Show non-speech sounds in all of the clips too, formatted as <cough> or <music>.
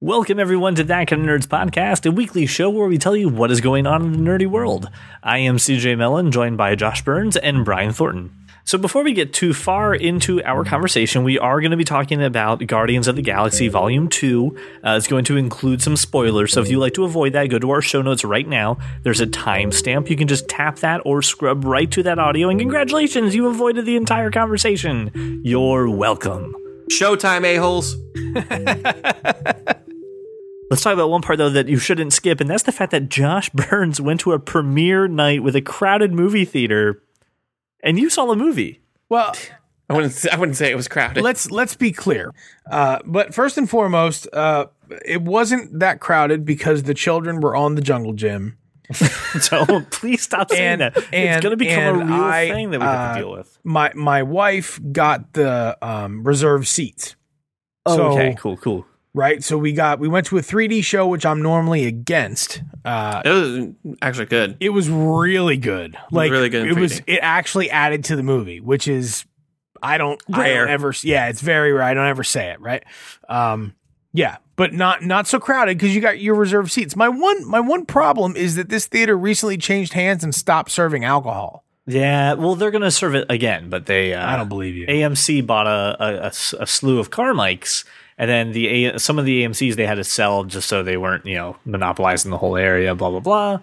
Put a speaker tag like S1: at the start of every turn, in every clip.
S1: Welcome, everyone, to That Kind of Nerds podcast, a weekly show where we tell you what is going on in the nerdy world. I am CJ Mellon, joined by Josh Burns and Brian Thornton. So, before we get too far into our conversation, we are going to be talking about Guardians of the Galaxy Volume 2. Uh, it's going to include some spoilers, so if you like to avoid that, go to our show notes right now. There's a timestamp. You can just tap that or scrub right to that audio, and congratulations, you avoided the entire conversation. You're welcome.
S2: Showtime, a-holes.
S1: Let's talk about one part though that you shouldn't skip, and that's the fact that Josh <laughs> Burns went to a premiere night with a crowded movie theater, and you saw the movie. <laughs>
S3: Well,
S2: I wouldn't. I wouldn't say it was crowded.
S3: let's let's be clear. Uh, but first and foremost, uh, it wasn't that crowded because the children were on the jungle gym.
S1: So please stop saying
S3: And-
S1: that. it's
S3: and-
S1: going to become a
S3: and
S1: real
S3: I,
S1: thing that we have to
S3: uh,
S1: deal with.
S3: My my wife got the um, reserved seats. so-
S1: okay, cool, cool.
S3: Right, so we got we went to a 3D show, which I'm normally against. Uh,
S2: It was actually good.
S3: it was really good. Like
S2: really good in
S3: It was.
S2: 3D.
S3: It actually added to the movie, which is I don't. I
S2: Rare.
S3: don't ever. Yeah, it's very rare. I don't ever say it. Right. Um. Yeah, but not not so crowded because you got your reserved seats. My one my one problem is that this theater recently changed hands and stopped serving alcohol.
S1: Yeah, well, they're going to serve it again, but they. Uh,
S3: I don't believe you.
S1: AMC bought a, a- a s- a slew of car mics, and then the a, some of the AMC's they had to sell just so they weren't you know monopolizing the whole area. Blah blah blah.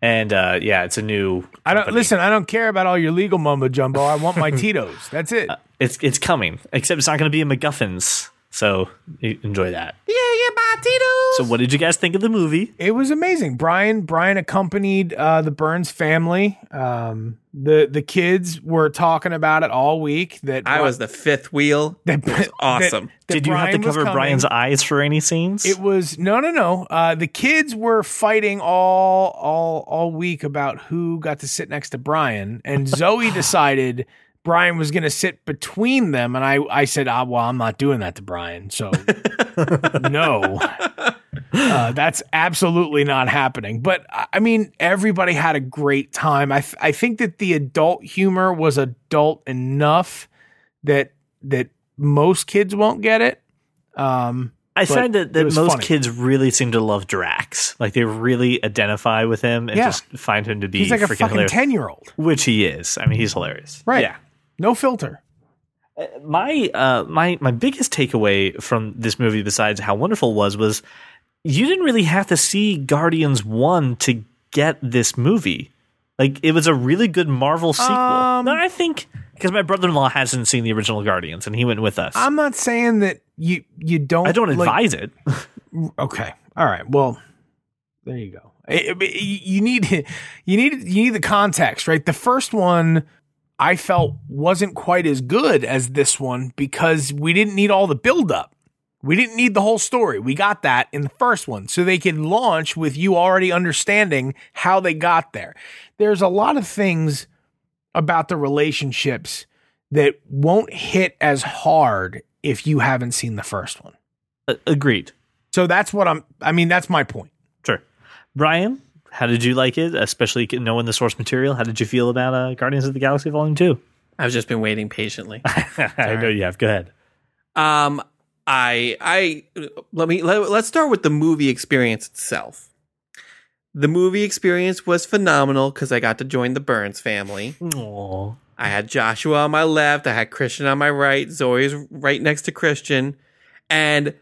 S1: And uh, yeah, it's a new.
S3: I don't
S1: company.
S3: listen. I don't care about all your legal mumbo jumbo. I want my <laughs> Tito's. That's
S2: Uh,
S3: it.
S1: It's it's coming, except it's not going to be in MacGuffins. So e- enjoy that.
S2: Yeah, yeah, bye,
S1: So, what did you guys think of the movie?
S3: It was amazing. Brian Brian accompanied uh, the Burns family. Um, the the kids were talking about it all week. That
S2: I was the fifth wheel.
S3: that- that-
S2: awesome.
S3: that
S1: Did you have
S3: Brian
S1: to
S3: was
S1: cover
S3: coming.
S1: Brian's eyes for any scenes?
S3: It was no, no, no. Uh, the kids were fighting all, all, all week about who got to sit next to Brian, and Zoe decided Brian was going to sit between them, and I, I said, ah, well, I'm not doing that to Brian, so no, uh, that's absolutely not happening. But I I mean, everybody had a great time. I, th- I think that the adult humor was adult enough that that most kids won't get it. Um,
S1: I
S3: but
S1: find that, that
S3: it was
S1: most
S3: funny.
S1: kids really seem to love Drax. Like they really identify with him and
S3: Yeah.
S1: just find him to be
S3: He's like a
S1: freaking
S3: fucking
S1: hilarious.
S3: ten year old,
S1: which he is. I mean, he's hilarious.
S3: right?
S1: Yeah.
S3: No filter.
S1: my uh my my biggest takeaway from this movie besides how wonderful it was was you didn't really have to see Guardians 1 to get this movie. Like it was a really good Marvel sequel.
S3: Um,
S1: No, I think because my brother-in-law hasn't seen the original Guardians and he went with us.
S3: I'm not saying that you you don't.
S1: I don't
S3: like-
S1: advise it.
S3: Okay. All right. Well, there you go. I- I- you need you need you need the context, right? The first one I felt wasn't quite as good as this one because we didn't need all the buildup. We didn't need the whole story. We got that in the first one. So they could launch with you already understanding how they got there. There's a lot of things about the relationships that won't hit as hard if you haven't seen the first one.
S1: A- Uh, Agreed.
S3: So that's what I'm. I mean, that's my point.
S1: Sure. Brian, how did you like it, especially knowing the source material? How did you feel about uh, Guardians of the Galaxy Volume 2?
S2: I've just been waiting <laughs> patiently.
S1: <laughs> I know you have. Go ahead.
S2: Um, I, I let me let, let's start with the movie experience itself. The movie experience was phenomenal because I got to join the Burns family.
S1: Aw.
S2: I had Joshua on my left. I had Christian on my right. Zoe's right next to Christian. And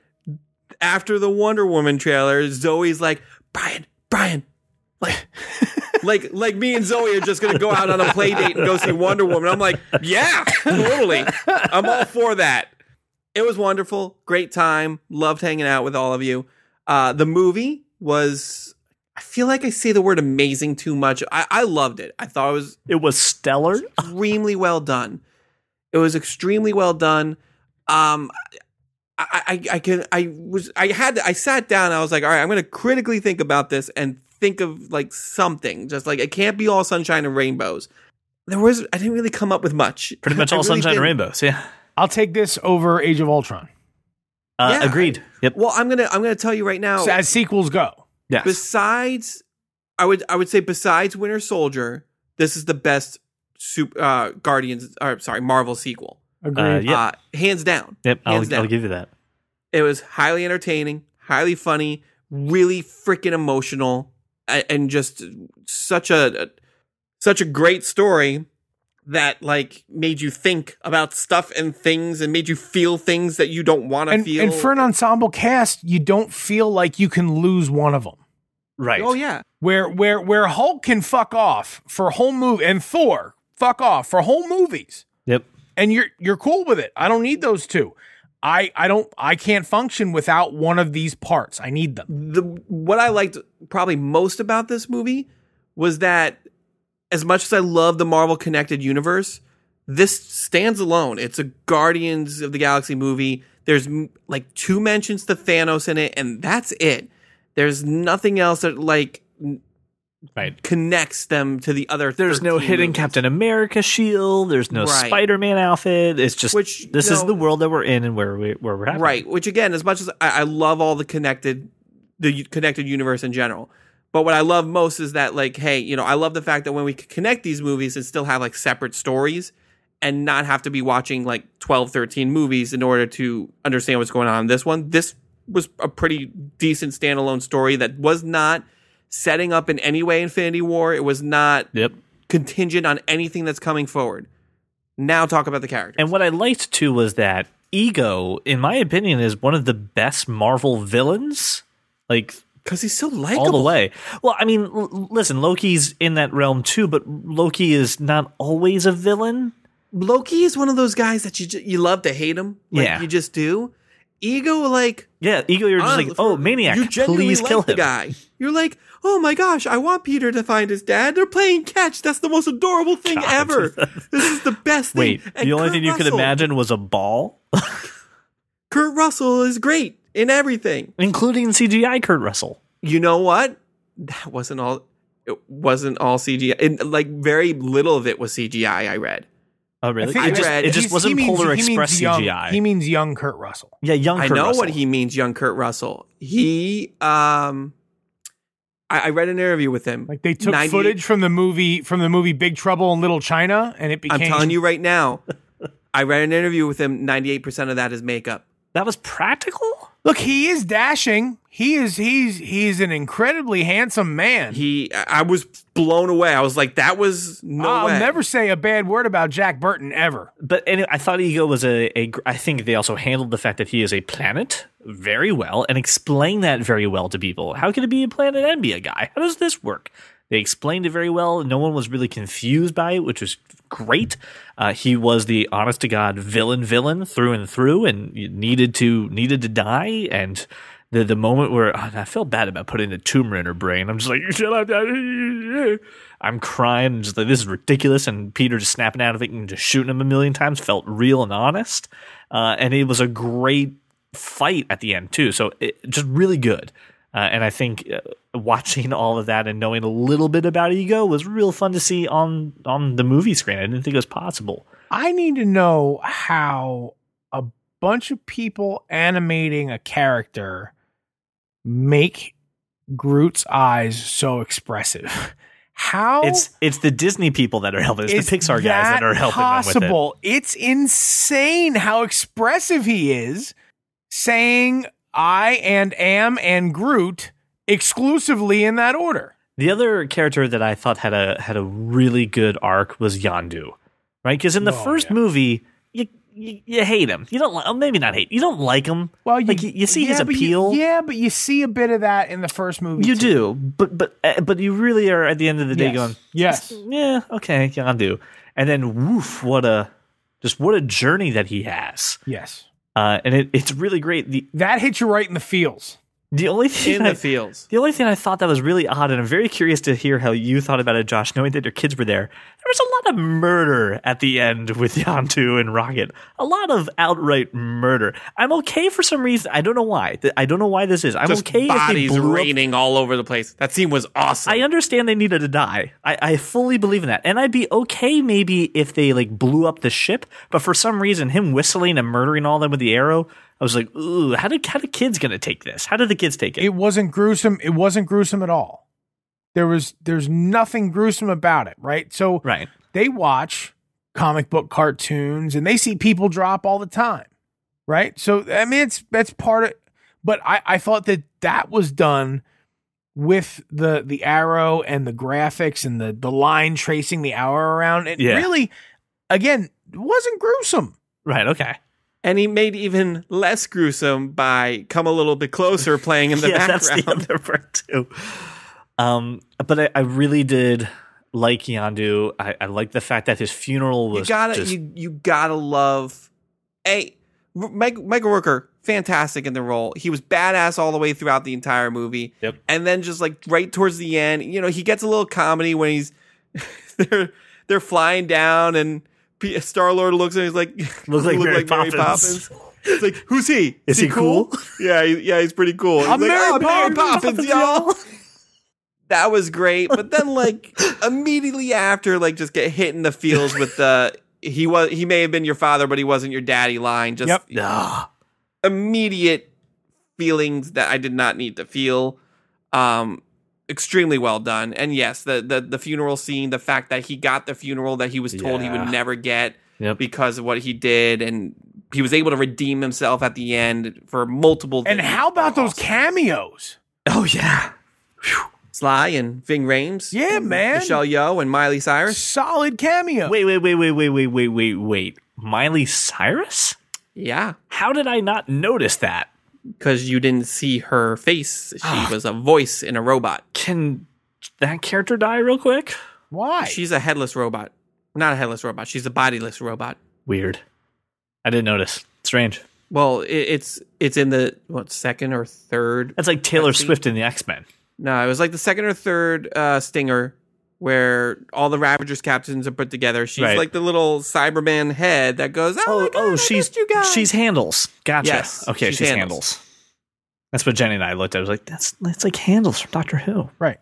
S2: after the Wonder Woman trailer, Zoe's like, Brian, Brian, like, like, like me and Zoe are just going to go out on a play date and go see Wonder Woman. I'm like, yeah, totally. I'm all for that. It was wonderful. Great time. Loved hanging out with all of you. Uh, the movie was, I feel like I say the word amazing too much. I, I loved it. I thought it was
S1: It was stellar.
S2: extremely well done. It was extremely well done. Um, I, I, I can, I was, I had, I sat down. I was like, all right, I'm going to critically think about this and think of like something. Just like it can't be all sunshine and rainbows. There was, I didn't really come up with much.
S1: Pretty <laughs> much all
S2: I really
S1: sunshine and
S2: didn't.
S1: rainbows. Yeah.
S3: I'll take this over Age of Ultron
S1: Uh,
S2: Yeah.
S1: Agreed. Yep.
S2: Well, I'm gonna, I'm gonna tell you right now.
S3: So as sequels go.
S1: Yes.
S2: besides I would I would say besides Winter Soldier, this is the best super, uh, Guardians or sorry, Marvel sequel.
S3: Agreed.
S1: Uh, yep.
S2: Uh, hands down.
S1: yep.
S2: Hands
S1: I'll,
S2: down.
S1: I'll give you that.
S2: It was highly entertaining, highly funny, really freaking emotional, a- and just such a, a such a great story that like made you think about stuff and things and made you feel things that you don't want to
S3: And,
S2: feel.
S3: and for an ensemble cast, you don't feel like you can lose one of them.
S1: Right.
S2: oh yeah,
S3: Where where where Hulk can fuck off for whole movie and Thor fuck off for whole movies.
S1: Yep.
S3: and you're you're cool with it. I don't need those two. I I don't I can't function without one of these parts. I need them.
S2: the what I liked probably most about this movie was that as much as I love the Marvel connected universe, this stands alone. It's a Guardians of the Galaxy movie. There's mm, like two mentions to Thanos in it, and that's it. There's nothing else that like
S1: Right.
S2: connects them to the other.
S1: There's no
S2: 13
S1: hidden
S2: movies.
S1: Captain America shield. There's no
S2: Right.
S1: Spider-Man outfit. It's just
S2: Which,
S1: this is
S2: no-
S1: the world that we're in and where we where we're at.
S2: right which again as much as I, I love all the connected the u- connected universe in general but what i love most is that like hey you know i love the fact that when we c- connect these movies and still have like separate stories and not have to be watching like 12 13 movies in order to understand what's going on in this one this was a pretty decent standalone story that was not setting up in any way infinity war it was not
S1: Yep.
S2: contingent on anything that's coming forward now talk about the characters
S1: And what I liked too was that Ego, in my opinion, is one of the best Marvel villains. Like
S2: because he's so
S1: all the
S2: likable
S1: way. Well, I mean, l- listen, Loki's in that realm too, but Loki is not always a villain.
S2: Loki is one of those guys that you ju- you love to hate him. Like,
S1: Yeah.
S2: you just do. Ego, like,
S1: Yeah, Ego, you're just
S2: hon-
S1: like, oh,
S2: for-
S1: maniac,
S2: You genuinely
S1: please
S2: like
S1: kill
S2: the
S1: him.
S2: guy. You're like, oh my gosh, I want Peter to find his dad. They're playing catch. That's the most adorable thing
S1: <laughs>
S2: ever. this is the best thing.
S1: Wait,
S2: And
S1: the only
S2: Kurt
S1: thing you could
S2: Russell-
S1: imagine was a ball,
S2: Kurt Russell is great in everything.
S1: including CGI Kurt Russell.
S2: You know what? That wasn't all. It wasn't all CGI. And like very little of it was CGI. I read.
S1: Oh, really?
S2: think
S1: it just,
S2: read-
S1: it just
S3: he's-
S1: wasn't
S3: he means-
S1: Polar
S3: he means
S1: Express
S3: young-
S1: CGI.
S3: He means young Kurt Russell.
S1: yeah, young.
S2: I
S1: Kurt
S2: know what
S1: Russell.
S2: he means, young Kurt Russell. He, um, I, I read an interview with him.
S3: Like they took
S2: 98
S3: footage from the movie from the movie Big Trouble in Little China, and it
S2: I'm
S3: became.
S2: telling you right now. I read an interview with him. Ninety-eight percent of that is makeup.
S1: That was practical.
S3: Look, he is dashing. He is he's he's an incredibly handsome man.
S2: He, I I was blown away. I was like, that was no
S3: I'll
S2: way.
S3: never say a bad word about Jack Burton ever.
S1: But anyway, I thought Ego was a, a. gr- I think they also handled the fact that he is a planet very well and explained that very well to people. How can it be a planet and be a guy? How does this work? They explained it very well. No one was really confused by it, which was great. Uh, he was the honest to god villain, villain through and through, and needed to needed to die. And the the moment where oh, I felt bad about putting a tumor in her brain, I'm just like, shut up. I'm crying, and just like this is ridiculous. And Peter just snapping out of it and just shooting him a million times felt real and honest. Uh, and it was a great fight at the end too. So it, just really good. Uh, and I think uh, watching <laughs> all of that and knowing a little bit about Ego was real fun to see on on the movie screen. I didn't think it was possible.
S3: I need to know how a bunch of people animating a character make Groot's eyes so expressive. <laughs> How
S1: It's it's the Disney people that are helping. Oh. It's
S3: is
S1: the Pixar guys that are helping them with it.
S3: possible? It's insane how expressive he is saying I and am and Groot exclusively in that order.
S1: The other character that I thought had a had a really good arc was Yandu, right? Because in the
S3: Oh,
S1: first
S3: yeah.
S1: movie, you, you you hate him. You don't li- maybe not hate. You don't like him.
S3: Well, you,
S1: Like, you- you see his
S3: yeah, but you-
S1: appeal.
S3: yeah, but you see a bit of that in the first movie.
S1: You
S3: too.
S1: do, but but uh, but you really are at the end of the day
S3: Yes.
S1: going,
S3: Yes.
S1: yeah, okay, Yandu, and then woof, what a just what a journey that he has,
S3: Yes.
S1: uh, and it, it's really great. the
S3: That hit you right in the feels.
S1: The only <laughs> thing
S2: in
S1: I,
S2: the fields.
S1: the only thing I thought that was really odd, and I'm very curious to hear how you thought about it, Josh, knowing that your kids were there. There was a lot of murder at the end with <laughs> Yantu and Rocket. A lot of outright murder. I'm okay for some reason. I don't know why. Th- I don't know why this is. I'm
S2: Just
S1: okay if
S2: bodies
S1: they blew up
S2: raining all over the place. That scene was awesome.
S1: I understand they needed to die. I, I fully believe in that. And I'd be okay maybe if they like blew up the ship, but for some reason him whistling and murdering all them with the arrow, I was like, ooh, how did how the kids gonna take this? How did the kids take it?
S3: It wasn't gruesome. It wasn't gruesome at all. There was there's nothing gruesome about it, right? So
S1: right.
S3: they watch comic book cartoons and they see people drop all the time, right? So I mean, it's that's part of. But I, I thought that that was done with the the arrow and the graphics and the the line tracing the hour around. It
S1: Yeah.
S3: really, again, wasn't gruesome.
S1: Right. Okay.
S2: And he made even less gruesome by "Come a Little Bit Closer" playing in the
S1: <laughs> yeah, that's
S2: background.
S1: the other part too. Um, but I, I really did like Yandu. I, I like the fact that his funeral
S2: you
S1: was
S2: gotta
S1: just
S2: you, you gotta love a Mike, Michael Rooker fantastic in the role he was badass all the way throughout the entire movie
S1: Yep.
S2: and then just like right towards the end you know he gets a little comedy when he's <laughs> they're they're flying down and Star Lord looks and he's like <laughs>
S1: looked like,
S2: "You
S1: Mary, Poppins.
S2: It's like who's he
S1: Is he cool?
S2: <laughs> yeah he, yeah he's pretty cool He's
S3: I'm
S2: like,
S3: Mary
S2: "Oh,
S3: Poppins,
S2: y'all that was great. But
S3: <laughs>
S2: then like immediately after, like just get hit in the feels with the he was he may have been your father, but he wasn't your daddy line. Just
S3: Yep.
S1: Ah,
S2: immediate feelings that I did not need to feel. Um extremely well done. And yes, the the, the funeral scene, the fact that he got the funeral that he was told he
S1: Yeah.
S2: would never get
S1: Yep.
S2: because of what he did and he was able to redeem himself at the end for multiple
S3: And
S2: things.
S3: how about those
S2: Awesome.
S3: cameos?
S1: Oh yeah.
S2: Sly and Ving Rhames?
S3: Yeah,
S2: and
S3: man.
S2: Michelle Yeoh and Miley Cyrus.
S3: Solid cameo.
S1: Wait, wait, wait, wait, wait, wait, wait, wait, wait. Miley Cyrus?
S2: Yeah.
S1: How did I not notice that?
S2: because you didn't see her face. She was a voice in a robot.
S1: Can that character die real quick?
S3: Why?
S2: She's a headless robot. Not a headless robot. She's a bodiless robot.
S1: Weird. I didn't notice. Strange.
S2: Well, it, it's it's in the what second or third?
S1: That's like Taylor
S2: Let's see.
S1: Swift in the X Men.
S2: No, it was like the second or third uh, stinger where all the Ravagers captains are put together. She's
S1: Right.
S2: like the little Cyberman head that goes. Oh, my God, I
S1: she's
S2: missed you guys.
S1: she's handles. Gotcha.
S2: Yes,
S1: okay, she's,
S2: she's
S1: handles.
S2: Handles.
S1: That's what Jenny and I looked at. I was like, that's that's like handles from Doctor Who.
S3: Right.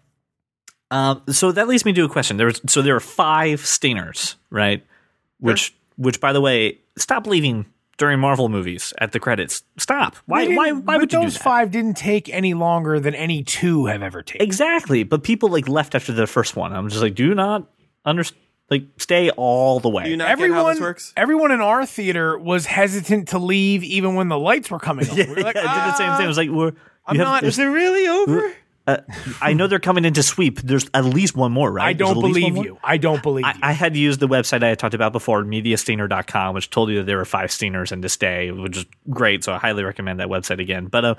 S1: Um, so that leads me to a question. There was so there are five stingers, right? Which which by the way, stop leaving during Marvel movies at the credits. Stop. Why
S3: They didn't-
S1: why why
S3: but
S1: would you do
S3: those
S1: that?
S3: five didn't take any longer than any two have ever taken.
S1: Exactly. But people like left after the first one. I'm just like, do not understand. Like, stay all the way.
S2: Do
S1: <laughs>
S2: you not get how
S3: everyone,
S2: this works?
S3: everyone in our theater was hesitant to leave, even when the lights were coming on. We
S2: <laughs>
S3: were like,
S1: I did the same
S3: "Ah,
S1: thing. I was like, we're. you
S3: I'm
S1: have-
S3: not-
S1: there's-
S2: it really over?
S1: uh, I know they're coming in to sweep. There's at least one more, right?
S3: I
S1: There's
S3: don't
S1: at least one
S3: believe
S1: more?
S3: you. I don't believe
S1: I,
S3: you.
S1: I had used the website I had talked about before, mediasteiner.com, which told you that there were five steeners in this day, which is great. So I highly recommend that website again. But uh,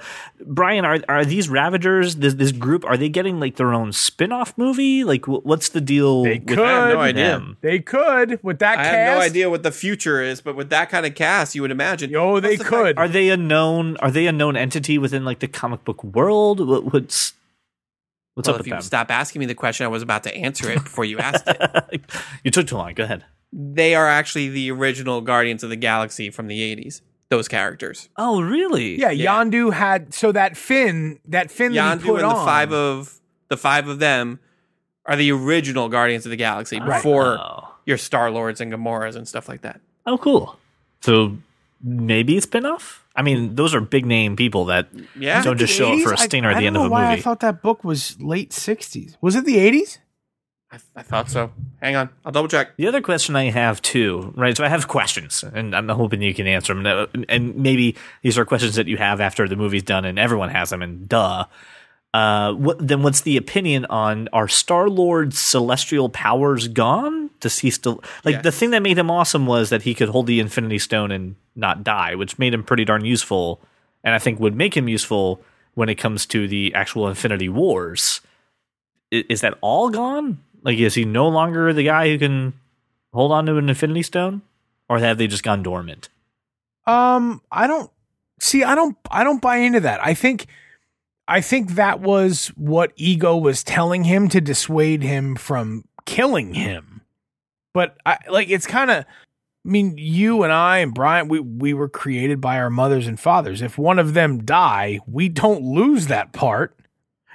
S1: Brian, are are these Ravagers, this, this group, are they getting like their own spin off movie? Like, wh- what's the deal with
S2: I
S3: They
S2: have
S3: Good
S2: no idea.
S1: them?
S3: they could with that
S2: I
S3: cast.
S2: have no idea what the future is, but with that kind of cast, you would imagine.
S3: Yo,
S2: Plus
S3: they
S2: the fact-
S3: could.
S1: Are they a known? Are they a known entity within like the comic book world? What, what's what's
S2: Well,
S1: up
S2: if
S1: with
S2: you
S1: them?
S2: stop asking me the question, I was about to answer it before you asked
S1: <laughs>
S2: it.
S1: you took too long. Go ahead.
S2: They are actually the original Guardians of the Galaxy from the 80s, those characters.
S1: Oh, really?
S3: Yeah,
S2: Yeah.
S3: Yandu had so that fin, that fin that
S2: Yandu
S3: he put
S2: and the
S3: on.
S2: five of the five of them are the original Guardians of the Galaxy
S3: Right.
S2: before
S1: Oh.
S2: your Star Lords and Gamoras and stuff like that.
S1: Oh, cool. So maybe a spinoff. I mean, those are big name people that
S2: Yeah.
S1: don't just show up for a
S3: 80s? I-
S1: stinger at
S3: I
S1: the
S3: don't
S1: end of
S3: know
S1: a
S3: why I
S1: movie.
S3: thought that book was late '60s. Was it the '80s?
S2: I, I thought so. Hang on, I'll double check.
S1: The other question I have too, right? So I have questions, and I'm hoping you can answer them. Uh, And maybe these are questions that you have after the movie's done, and everyone has them. And duh. Uh, what, then what's the opinion on are Star Lord's celestial powers gone? Does he still like
S2: Yes.
S1: the thing that made him awesome was that he could hold the Infinity Stone and not die, which made him pretty darn useful, and I think would make him useful when it comes to the actual Infinity Wars. I- Is that all gone? Like, is he no longer the guy who can hold on to an Infinity Stone, or have they just gone dormant?
S3: Um, I don't see. I don't. I don't buy into that. I think. I think that was what ego was telling him to dissuade him from killing him. But I like it's kind of. I mean, you and I and Brian, we we were created by our mothers and fathers. If one of them die, we don't lose that part.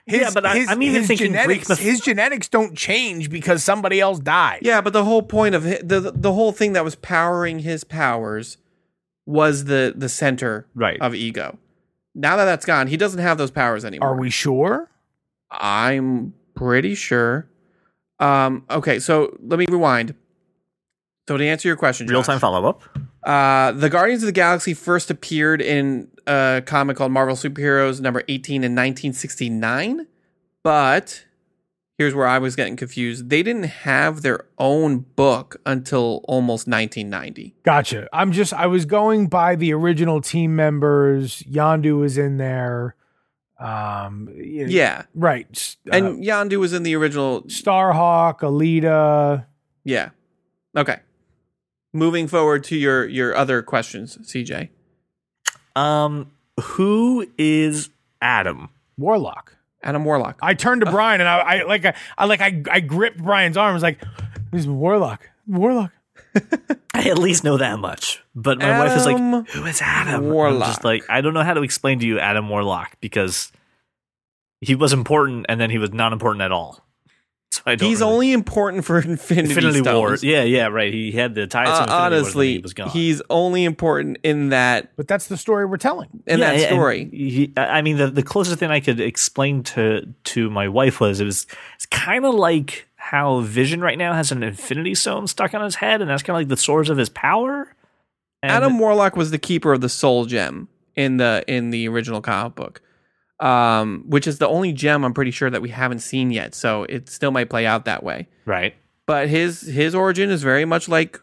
S1: Yeah, but I- I'm even thinking Greek
S3: genetics,
S1: myth-
S3: his genetics don't change because somebody else died.
S2: Yeah, but the whole point of hi- the the whole thing that was powering his powers was the the center
S1: Right.
S2: of ego. Now that that's gone, he doesn't have those powers anymore.
S3: Are we sure?
S2: I'm pretty sure. Um, okay, so let me rewind. So to answer your question,
S1: Real
S2: Josh,
S1: time follow up.
S2: Uh, the Guardians of the Galaxy first appeared in a comic called Marvel Superheroes number 18 in 1969, but here's where I was getting confused. They didn't have their own book until almost 1990.
S3: Gotcha. I'm just I was going by the original team members. Yandu was in there. Um you know-
S2: Yeah.
S3: Right. S- Uh,
S2: And Yandu was in the original.
S3: Starhawk, Alita.
S2: Yeah. Okay. Moving forward to your your other questions, CJ.
S1: Um, who is Adam? <laughs>
S3: Warlock.
S2: Adam Warlock.
S3: I turned to Brian and I, I like I, I like I, I gripped Brian's arm. I was like, "This is Warlock, Warlock."
S1: I at least know that much. But my wife is
S2: Adam
S1: like, who is Adam? I'm
S2: Warlock.
S1: just like, I don't know how to explain to you Adam Warlock because he was important and then he was not important at all. So I don't
S2: He's
S1: really-
S2: only important for Infinity,
S1: Infinity
S2: Stones.
S1: War. Yeah, yeah, right. He had the ties to
S2: Uh,
S1: Infinity Wars and then
S2: honestly,
S1: he was gone.
S2: he's only important in that
S3: But that's the story we're telling.
S2: in
S1: Yeah,
S2: that
S1: and
S2: story.
S1: he- I I mean, the, the closest thing I could explain to to my wife was it was it's kind of like how Vision right now has an Infinity Stone stuck on his head, and that's kind of like the source of his power. And
S2: Adam Warlock was the keeper of the Soul Gem in the in the original comic book, um, which is the only gem I'm pretty sure that we haven't seen yet. So it still might play out that way.
S1: right?
S2: But his his origin is very much like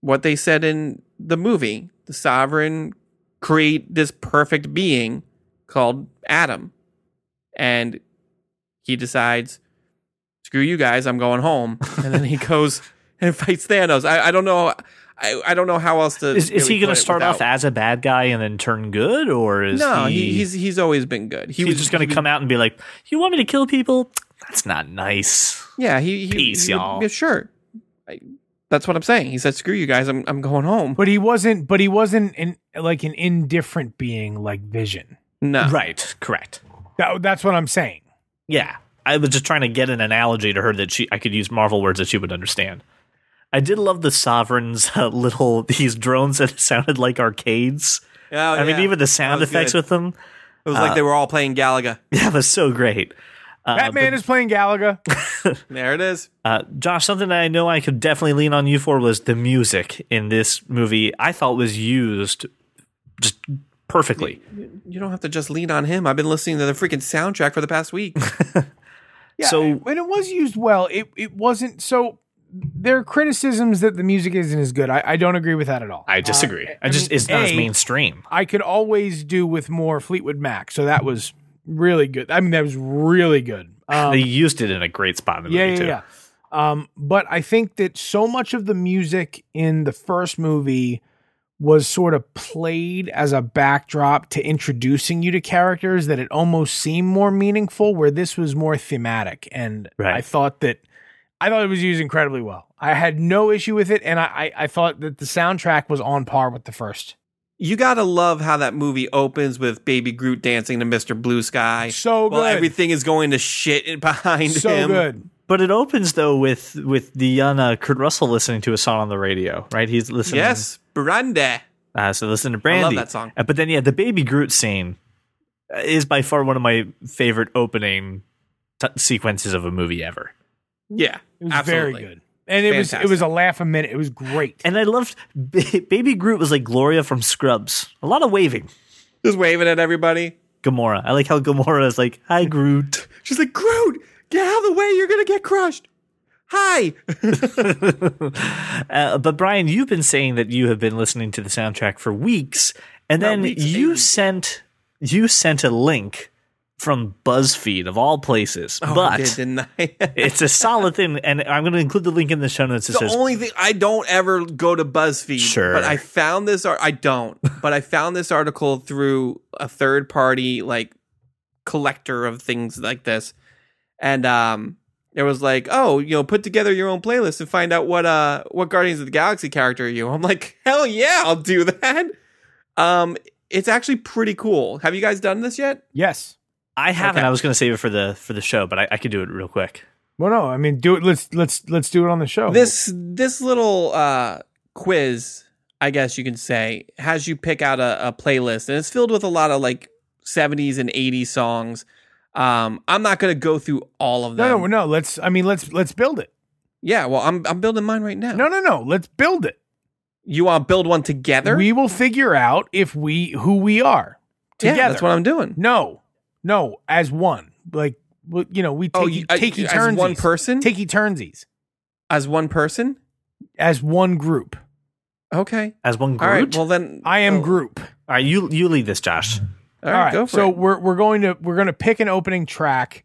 S2: what they said in the movie: the Sovereign create this perfect being called Adam, and he decides, "Screw you guys, I'm
S1: <laughs>
S2: going home." And then he goes and fights Thanos. I, I don't know. I, I don't know how else to.
S1: Is, is
S2: really
S1: he going
S2: put
S1: to
S2: it
S1: start
S2: without-
S1: off as a bad guy and then turn good, or is
S2: no,
S1: he,
S2: he, he's he's always been good. He
S1: he's
S2: was
S1: just going to come out and be like, "You want me to kill people? That's not nice."
S2: Yeah, he, he
S1: Peace,
S2: he would-
S1: y'all.
S2: yeah, sure. I, that's what I'm saying. He said, "Screw you guys, I'm I'm going home."
S3: But he wasn't. But he wasn't an, like an indifferent being like Vision.
S2: No,
S1: Right? Correct.
S3: That, that's what I'm saying.
S1: Yeah. I was just trying to get an analogy to her that she I could use Marvel words that she would understand. I did love the Sovereign's <laughs> uh, little these drones that <laughs> sounded like arcades.
S2: Oh,
S1: I mean,
S2: yeah.
S1: even the sound
S2: was
S1: effects
S2: good.
S1: with uh, them, <laughs>
S2: It was like they were all playing Galaga.
S1: yeah, was so great.
S2: Uh,
S3: Batman is playing Galaga.
S2: There it is.
S1: Uh, Josh, something that I know I could definitely lean on you for was the music in this movie. I thought was used just perfectly.
S3: Uh,
S2: You don't have to just lean on him. I've been listening to the freaking soundtrack for the
S1: <laughs>
S2: past week.
S3: Yeah,
S1: So-
S3: and when it was used well, it it wasn't so. There are criticisms that the music isn't as good. I, I don't agree with that at all.
S1: I disagree. I, just
S3: mean,
S1: it's not as
S3: A,
S1: mainstream.
S3: I could always do with more Fleetwood Mac, so that was really good. I mean, that was really good. Um,
S1: they used it in a great spot in the
S3: yeah,
S1: movie
S3: yeah,
S1: too.
S3: yeah. Um, but I think that so much of the music in the first movie was sort of played as a backdrop to introducing you to characters that it almost seemed more meaningful. Where this was more thematic, and
S1: Right.
S3: I thought that I thought it was used incredibly well. I had no issue with it, and I I, I thought that the soundtrack was on par with
S1: <laughs>
S3: the first.
S2: you gotta love how that movie opens with Baby Groot dancing to Mr. Blue Sky.
S3: So
S2: Well,
S3: good.
S2: everything is going to shit in- behind
S3: so
S2: him.
S3: good.
S1: But it opens though with with the uh, Kurt Russell listening to a song on the radio, right? He's listening.
S2: Yes, Brandy.
S1: Uh, so listen to Brandy.
S2: that song.
S1: Uh, but then yeah, the Baby Groot scene uh, is by far one of my favorite opening t- sequences of a movie ever.
S2: Yeah,
S3: It was
S2: absolutely.
S3: very good. And it was
S2: Fantastic.
S3: it was a laugh a minute. It was great.
S1: And I loved ba- Baby Groot was like Gloria from Scrubs. A lot of waving.
S2: Just waving at everybody.
S1: Gamora. I like how Gamora is like, "Hi Groot."
S2: She's like, Groot, get out of the way. You're going to get crushed. Hi.
S1: <laughs> Uh, but Brian, you've been saying that you have been listening to the soundtrack for weeks, and
S2: Not
S1: then
S2: weeks,
S1: you
S2: eight weeks.
S1: sent you sent a link from BuzzFeed of all places.
S2: Oh, I
S1: but
S2: did, didn't I?
S1: it's a solid thing, and I'm going to include the link in the show notes. It
S2: the
S1: says
S2: only thing I don't ever go to BuzzFeed.
S1: Sure.
S2: But I found this art. I don't. but I found this article through a third party like collector of things like this, and um, there was like, oh, you know, put together your own playlist and find out what uh what Guardians of the Galaxy character are you. I'm like, hell yeah, I'll do that. Um, it's actually pretty cool. Have you guys done this yet?
S3: Yes.
S1: I haven't.
S2: Okay.
S1: I was going to save it for the for the show, but I, I could do it real quick.
S3: Well, no, I mean, do it. Let's let's let's do it on the show.
S2: this this little uh quiz i guess you can say has you pick out a, a playlist and it's filled with a lot of like 70s and 80s songs um i'm not gonna go through all of them
S3: no, no, no. Let's. I mean, let's let's build it.
S2: yeah well i'm i'm building mine right now
S3: No, no, no. Let's build it.
S2: You want to build one together?
S3: We will figure out if we who we are
S2: yeah,
S3: together.
S2: that's what I'm doing.
S3: No, no, as one. Like w- you know, we take
S2: oh,
S3: you,
S2: you, I-
S3: takey
S2: as
S3: turnsies.
S2: one person?
S3: takey turnsies
S2: as one person?
S3: as one group.
S2: Okay.
S1: As one
S2: All
S1: group.
S2: right. Well then, oh,
S3: I am group.
S1: All right, you you lead this, Josh.
S2: All right, go for
S3: so
S2: it.
S3: we're we're going to we're going to pick an opening track,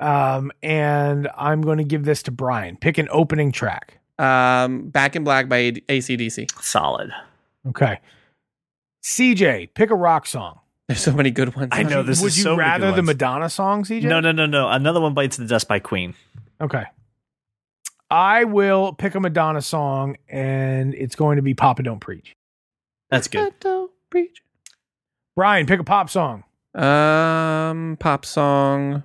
S3: um, and I'm going to give this to Brian. Pick an opening track.
S2: Um, Back in Black by A- ACDC.
S1: Solid.
S3: Okay. CJ, pick a rock song.
S2: There's so many good ones.
S1: I know this
S3: Would
S1: is
S3: you
S1: so many good
S3: rather the
S1: ones.
S3: Madonna song, CJ?
S1: No, no, no, no. Another one bites the dust by Queen.
S3: Okay. I will pick a Madonna song, and it's going to be "Papa Don't Preach."
S1: That's good.
S2: Don't preach.
S3: Brian, pick a pop song.
S2: Um, pop song.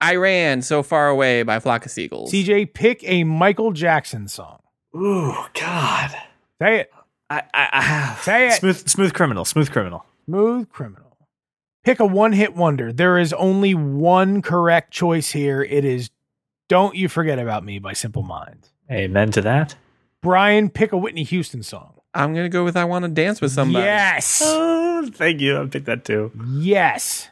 S2: I ran so far away by Flock of Seagulls.
S3: CJ, pick a Michael Jackson song.
S1: Ooh, God.
S3: Say it.
S1: I, I, I
S3: Say it.
S1: Smooth, smooth criminal. Smooth criminal.
S3: Smooth Criminal. Pick a one-hit wonder. There is only one correct choice here. It is "Don't You Forget About Me" by Simple Minds.
S1: Amen to that.
S3: Brian, pick a Whitney Houston song.
S2: I'm gonna go with I Want to Dance with Somebody.
S1: <gasps>
S3: Yes.
S1: Oh, thank you. I picked that too.
S3: Yes.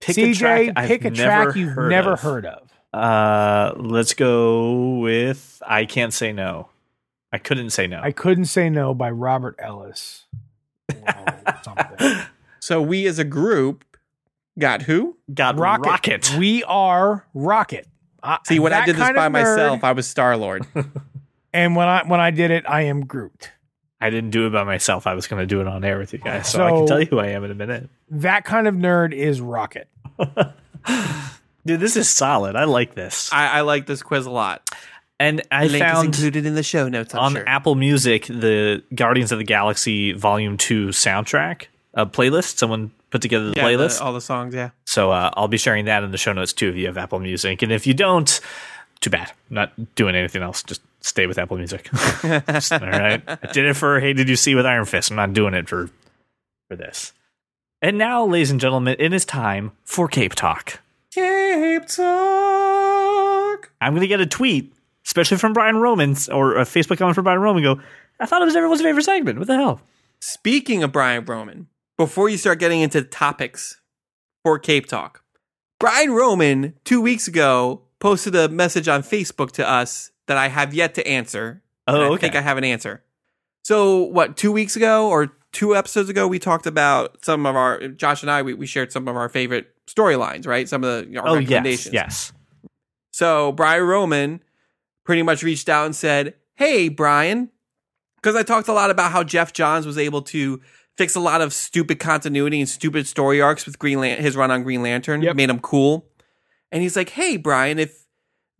S1: Pick
S3: CJ,
S1: a track. I've
S3: pick a
S1: never
S3: track you've
S1: heard
S3: never
S1: of.
S3: heard of.
S1: Uh, let's go with I can't say no. I couldn't say no.
S3: I couldn't say no by Robert Ellis. Or something.
S2: So we as a group got who?
S1: Got rocket.
S3: We are Rocket. I-
S2: See, when I
S3: that
S2: did this
S3: kind of
S2: by
S3: nerd,
S2: myself, I was Star Lord.
S3: and when I when I did it, I am Groot.
S1: I didn't do it by myself. I was going to do it on air with you guys, so,
S3: So-
S1: I can tell you who I am in a minute.
S3: That kind of nerd is Rocket.
S1: Dude, this is solid. I like this.
S2: <laughs> I, I like this quiz a lot.
S1: and I found
S2: in the show notes.
S1: on Apple Music the Guardians of the Galaxy Volume Two soundtrack a playlist. Someone put together the playlist,
S2: all the songs. Yeah.
S1: so uh, I'll be sharing that in the show notes too. If you have Apple Music, and if you don't, too bad. I'm not doing anything else. Just stay with Apple Music. <laughs> all right. I did it for Hey Did You See with Iron Fist. I'm not doing it for for this. And now, ladies and gentlemen, it is time for Cape Talk.
S2: Cape Talk.
S1: I'm going to get a tweet, especially from Brian Roman or a Facebook comment from Brian Roman. Go, I thought it was everyone's favorite segment. What the hell?
S2: Speaking of Brian Roman, before you start getting into topics for Cape Talk, Brian Roman two weeks ago posted a message on Facebook to us that I have yet to answer.
S1: Oh,
S2: And I
S1: okay.
S2: think I have an answer. So, what, two weeks ago or two episodes ago, we talked about some of our, Josh and I, we, we shared some of our favorite storylines, right? Some of the our
S1: oh, yes.
S2: recommendations.
S1: Yes.
S2: So Brian Roman pretty much reached out and said, Hey, Brian, because I talked a lot about how Jeff Johns was able to fix a lot of stupid continuity and stupid story arcs with Green Lan- his run on Green Lantern,
S3: Yep.
S2: made him cool. And he's like, Hey, Brian, if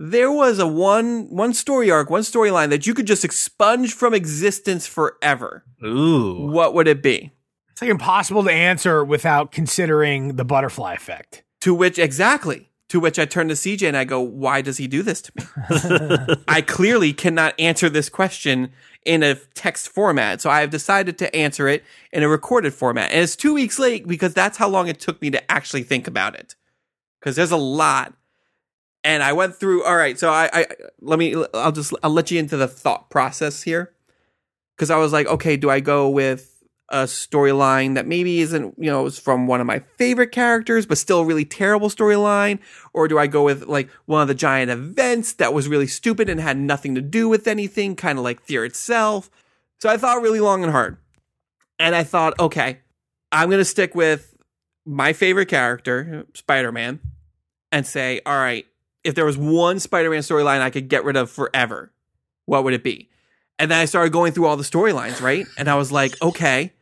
S2: there was a one one story arc, one storyline that you could just expunge from existence forever,
S1: Ooh.
S2: what would it be?
S3: It's like impossible to answer without considering the butterfly effect.
S2: To which, exactly, to which I turn to CJ and I go, why does he do this to me? I clearly cannot answer this question in a text format. So I have decided to answer it in a recorded format. And it's two weeks late because that's how long it took me to actually think about it. Because there's a lot. And I went through, all right, so I, I, let me, I'll just, I'll let you into the thought process here. Because I was like, okay, do I go with a storyline that maybe isn't, you know, is from one of my favorite characters, but still a really terrible storyline? Or do I go with like one of the giant events that was really stupid and had nothing to do with anything, kind of like Fear itself? So I thought really long and hard. And I thought, okay, I'm going to stick with my favorite character, Spider Man, and say, all right, if there was one Spider Man storyline I could get rid of forever, what would it be? And then I started going through all the storylines, right? And I was like, okay,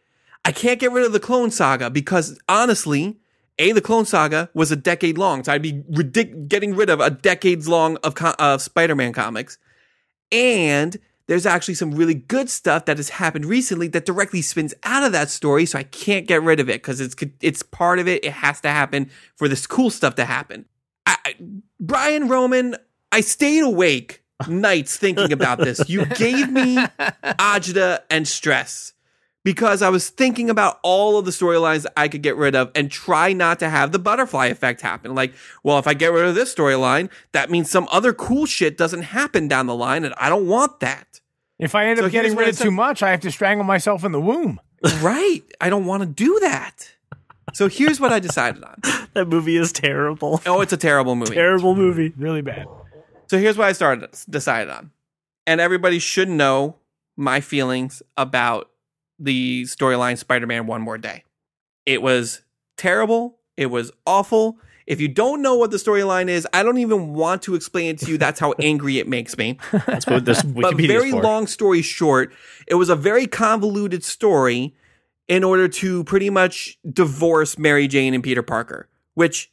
S2: I can't get rid of the Clone Saga because honestly, A, the Clone Saga was a decade long. So I'd be ridic- getting rid of a decades long of, co- of Spider Man comics. And there's actually some really good stuff that has happened recently that directly spins out of that story. So I can't get rid of it because it's, co- it's part of it. It has to happen for this cool stuff to happen. I, I, Brian Roman, I stayed awake nights thinking about this. You gave me agita and stress because I was thinking about all of the storylines I could get rid of and try not to have the butterfly effect happen. Like, well, if I get rid of this storyline, that means some other cool shit doesn't happen down the line, and I don't want that.
S3: If I end
S2: So
S3: up getting
S2: here's
S3: rid
S2: what
S3: of
S2: I
S3: too
S2: said-
S3: much, I have to strangle myself in the womb.
S2: right. I don't want to do that. So here's what I decided on.
S1: That movie is terrible.
S2: Oh, it's a terrible movie.
S1: Terrible movie.
S3: Really bad.
S2: So here's what I started decided on, and everybody should know my feelings about the storyline Spider-Man One More Day. It was terrible. It was awful. If you don't know what the storyline is, I don't even want to explain it to
S1: <laughs>
S2: you. That's how angry it makes me.
S1: That's what <laughs> this
S2: But
S1: Wikipedia
S2: very
S1: is for.
S2: long story short, it was a very convoluted story in order to pretty much divorce Mary Jane and Peter Parker, which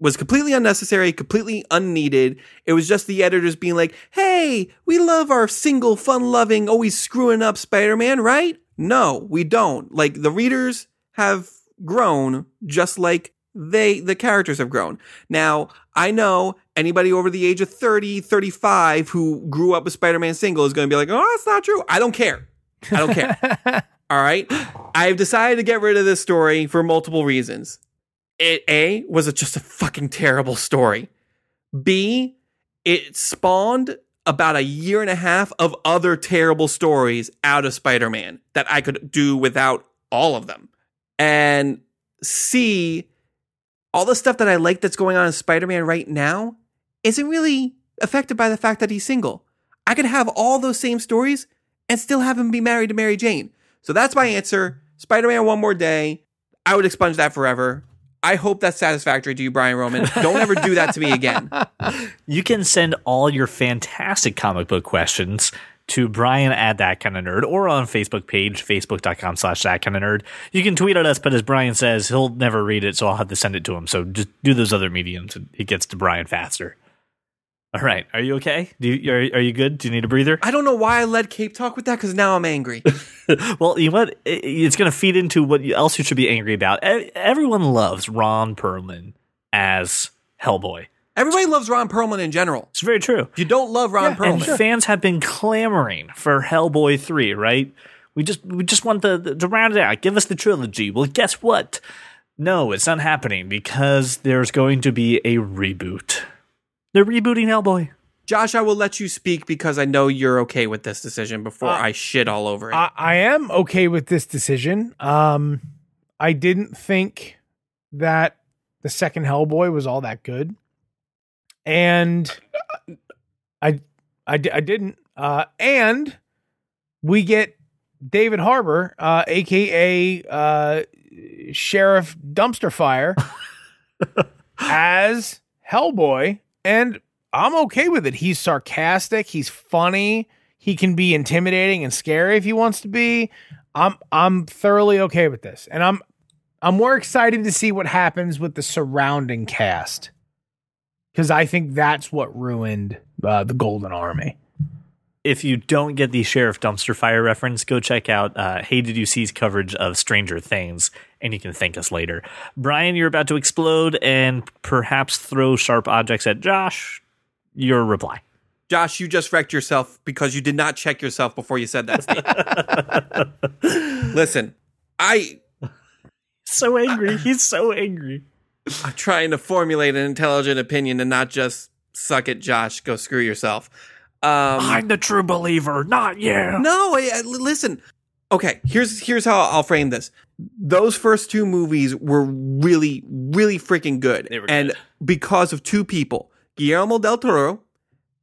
S2: was completely unnecessary, completely unneeded. It was just the editors being like, hey, we love our single, fun loving, always screwing up Spider Man, right? No, we don't. Like, the readers have grown just like they the characters have grown now i know anybody over the age of 30 35 who grew up with spider-man single is going to be like oh that's not true i don't care i don't care all right. I've decided to get rid of this story for multiple reasons. It A was a, just a fucking terrible story. B, it spawned about a year and a half of other terrible stories out of Spider-Man that I could do without all of them. And C, all the stuff that I like that's going on in Spider-Man right now isn't really affected by the fact that he's single. I could have all those same stories and still have him be married to Mary Jane. So that's my answer. Spider Man One More Day. I would expunge that forever. I hope that's satisfactory to you, Brian Roman. Don't ever do that to me again.
S1: You can send all your fantastic comic book questions to Brian at that kind of nerd or on Facebook page, facebook.com slash that kind of nerd. You can tweet at us, but as Brian says, he'll never read it, so I'll have to send it to him. So just do those other mediums and it gets to Brian faster. All right. Are you okay? Do you, are, are you good? Do you need a <gasps> breather?
S2: I don't know why I led Cape Talk with that because now I'm angry.
S1: Well, you know what? I- It's going to feed into what else you should be angry about. E- Everyone loves Ron Perlman as Hellboy.
S2: Everybody loves Ron Perlman in general.
S1: It's very true.
S2: If you don't love Ron
S1: And
S2: Perlman,
S1: fans have been clamoring for Hellboy three, right? We just we just want the, the to round it out. Give us the trilogy. Well, guess what? No, it's not happening because there's going to be a reboot. They're rebooting Hellboy.
S2: Josh, I will let you speak because I know you're okay with this decision before I shit all over it.
S3: I, I am okay with this decision. Um, I didn't think that the second Hellboy was all that good, and I, I, di- I didn't. Uh, and we get David Harbor, uh, aka uh, Sheriff Dumpster Fire, as Hellboy, and I'm okay with it. He's sarcastic. He's funny he can be intimidating and scary if he wants to be. I'm I'm thoroughly okay with this. And I'm I'm more excited to see what happens with the surrounding cast. Cuz I think that's what ruined uh, the Golden Army.
S1: If you don't get the Sheriff Dumpster Fire reference, go check out uh, Hey Did You See's coverage of Stranger Things, and you can thank us later. Brian, you're about to explode and perhaps throw sharp objects at Josh. Your reply.
S2: Josh, you just wrecked yourself because you did not check yourself before you said that statement. Listen, I
S1: So angry. He's so angry.
S2: I'm trying to formulate an intelligent opinion and not just suck it, Josh. Go screw yourself. Um,
S1: the true believer, not you.
S2: no, I, I- listen. Okay, here's here's how I'll frame this. Those first two movies were really, really freaking good,
S1: They were
S2: and
S1: good.
S2: because of two people, Guillermo del Toro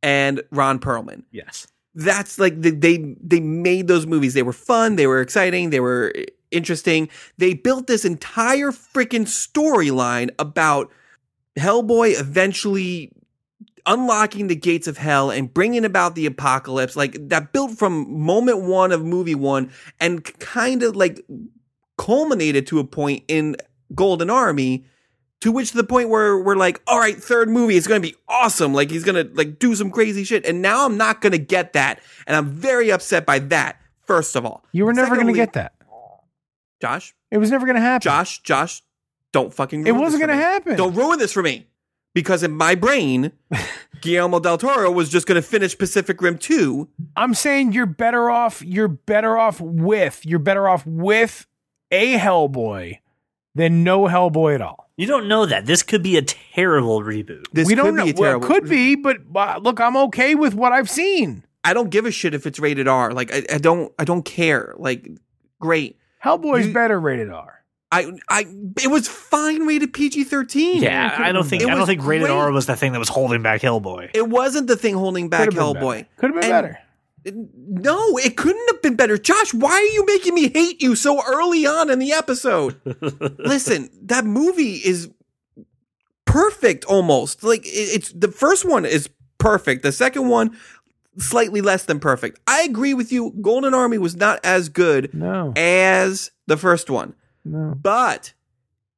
S2: and Ron Perlman.
S1: Yes.
S2: that's like the, they they made those movies. They were fun. They were exciting. They were eh, interesting. They built this entire freaking storyline about Hellboy eventually unlocking the gates of hell and bringing about the apocalypse. Like that built from moment one of movie one and kind of like culminated to a point in Golden Army to which the point where we're like, all right, third movie is going to be awesome. Like he's going to like do some crazy shit. And now I'm not going to get that. And I'm very upset by that. First of all,
S3: You were never going to
S2: Secondly-
S3: get that.
S2: Josh,
S3: It was never going to happen.
S2: Josh, Josh, don't fucking. Ruin
S3: it wasn't
S2: going to
S3: happen.
S2: Don't ruin this for me, because in my
S3: <laughs>
S2: brain, Guillermo del Toro was just going to finish Pacific Rim two.
S3: I'm saying you're better off you're better off with you're better off with a Hellboy than no Hellboy at all.
S1: You don't know that. This could be a terrible reboot.
S2: This
S3: we
S2: could
S3: don't
S2: be
S3: know.
S2: a terrible.
S3: well, it could be, but uh, look, I'm okay with what I've seen.
S2: I don't give a shit if it's rated R. Like I, I don't I don't care. Like great.
S3: Hellboy's
S2: You-
S3: better rated R.
S2: I I it was fine rated PG thirteen.
S1: Yeah, I don't think
S2: It
S1: I don't
S2: was
S1: think rated
S2: great.
S1: R was the thing that was holding back Hellboy.
S2: It wasn't the thing holding back Hellboy.
S3: Could have been
S2: And-
S3: better.
S2: No, it couldn't have been better. Josh, why are you making me hate you so early on in the
S3: <laughs>
S2: episode? Listen, that movie is perfect almost. Like it- it's the first one is perfect. The second one slightly less than perfect. I agree with you. Golden Army was not as good
S3: No,
S2: as the first one
S3: no.
S2: but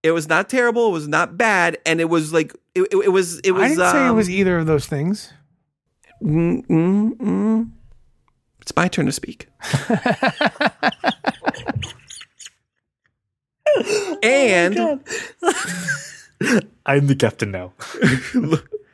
S2: it was not terrible. It was not bad, and it was like it, it, it was it was.
S3: I didn't
S2: um,
S3: say it was either of those things.
S2: Mm, mm, mm. It's my turn to speak. and
S1: I'm the captain now.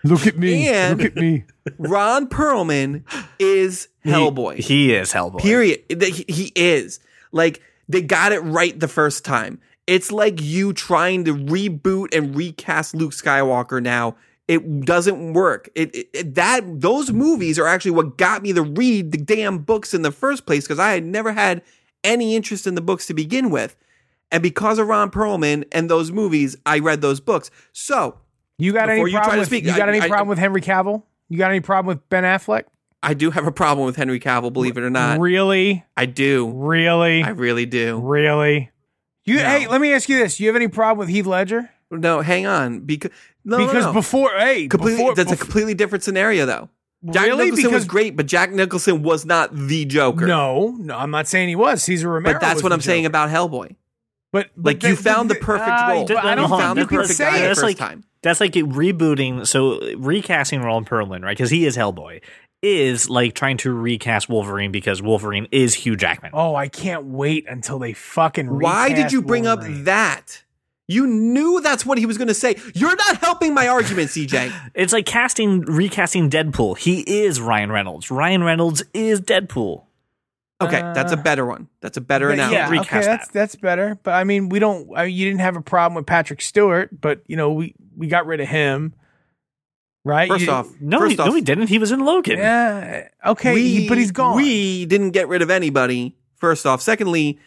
S3: Look at me.
S2: And-
S3: Look at me.
S2: Ron Perlman is Hellboy.
S1: He, he is Hellboy.
S2: period. That He, he is like they got it right the first time. It's like you trying to reboot and recast Luke Skywalker now. It doesn't work. It, it- it- that those movies are actually what got me to read the damn books in the first place because I had never had any interest in the books to begin with, and because of Ron Perlman and those movies, I read those books. So
S3: You got
S2: Before you
S3: any
S2: try
S3: problem
S2: to
S3: with
S2: speak,
S3: you got
S2: I-
S3: any
S2: I-
S3: problem with Henry Cavill? You got any problem with Ben Affleck?
S2: I do have a problem with Henry Cavill, believe it or not.
S3: really,
S2: I do.
S3: really,
S2: I really do.
S3: really. You
S2: No.
S3: hey, let me ask you this: You have any problem with Heath Ledger?
S2: No, hang on. Because no, no,
S3: because
S2: no.
S3: before, hey,
S2: completely
S3: before,
S2: that's a
S3: bef-
S2: completely different scenario though. Jack
S3: really
S2: Nicholson
S3: because
S2: was great, but Jack Nicholson was not the Joker.
S3: no, no, I'm not saying he was. Caesar Romero,
S2: but that's
S3: was
S2: what
S3: the
S2: I'm saying
S3: Joker.
S2: about Hellboy.
S3: But, but
S2: Like you
S3: the-
S2: found the
S3: the-
S2: perfect
S3: ah,
S2: role.
S3: but I
S1: No, hold
S3: don't
S2: you
S1: on.
S2: found
S3: think
S2: the
S3: you can
S2: perfect guy
S3: say
S2: the
S3: it.
S1: That's
S2: first
S1: like-
S2: time.
S1: That's like it rebooting. So recasting Ron Perlman, right? Because he is Hellboy, is like trying to recast Wolverine because Wolverine is Hugh Jackman.
S3: Oh, I can't wait until they fucking.
S2: Why did
S3: recast
S2: you bring
S3: Wolverine.
S2: up that? You knew that's what he was going to say. You're not helping my argument, CJ.
S3: <laughs>
S1: It's like casting recasting Deadpool. He is Ryan Reynolds. Ryan Reynolds is Deadpool.
S2: Okay, that's a better one. That's a better
S3: Uh, But
S2: analogy.
S3: Yeah,
S1: Recast
S3: okay, that's
S1: that.
S3: that's better. But I mean, we don't. I mean, you didn't have a problem with Patrick Stewart, but you know, we we got rid of him, right?
S2: First
S3: You-
S2: off,
S1: No,
S2: first
S1: he,
S2: off,
S1: no, he didn't. He was in Logan.
S3: yeah, okay, he-
S2: we,
S3: but he's gone.
S2: We didn't get rid of anybody. First off, secondly,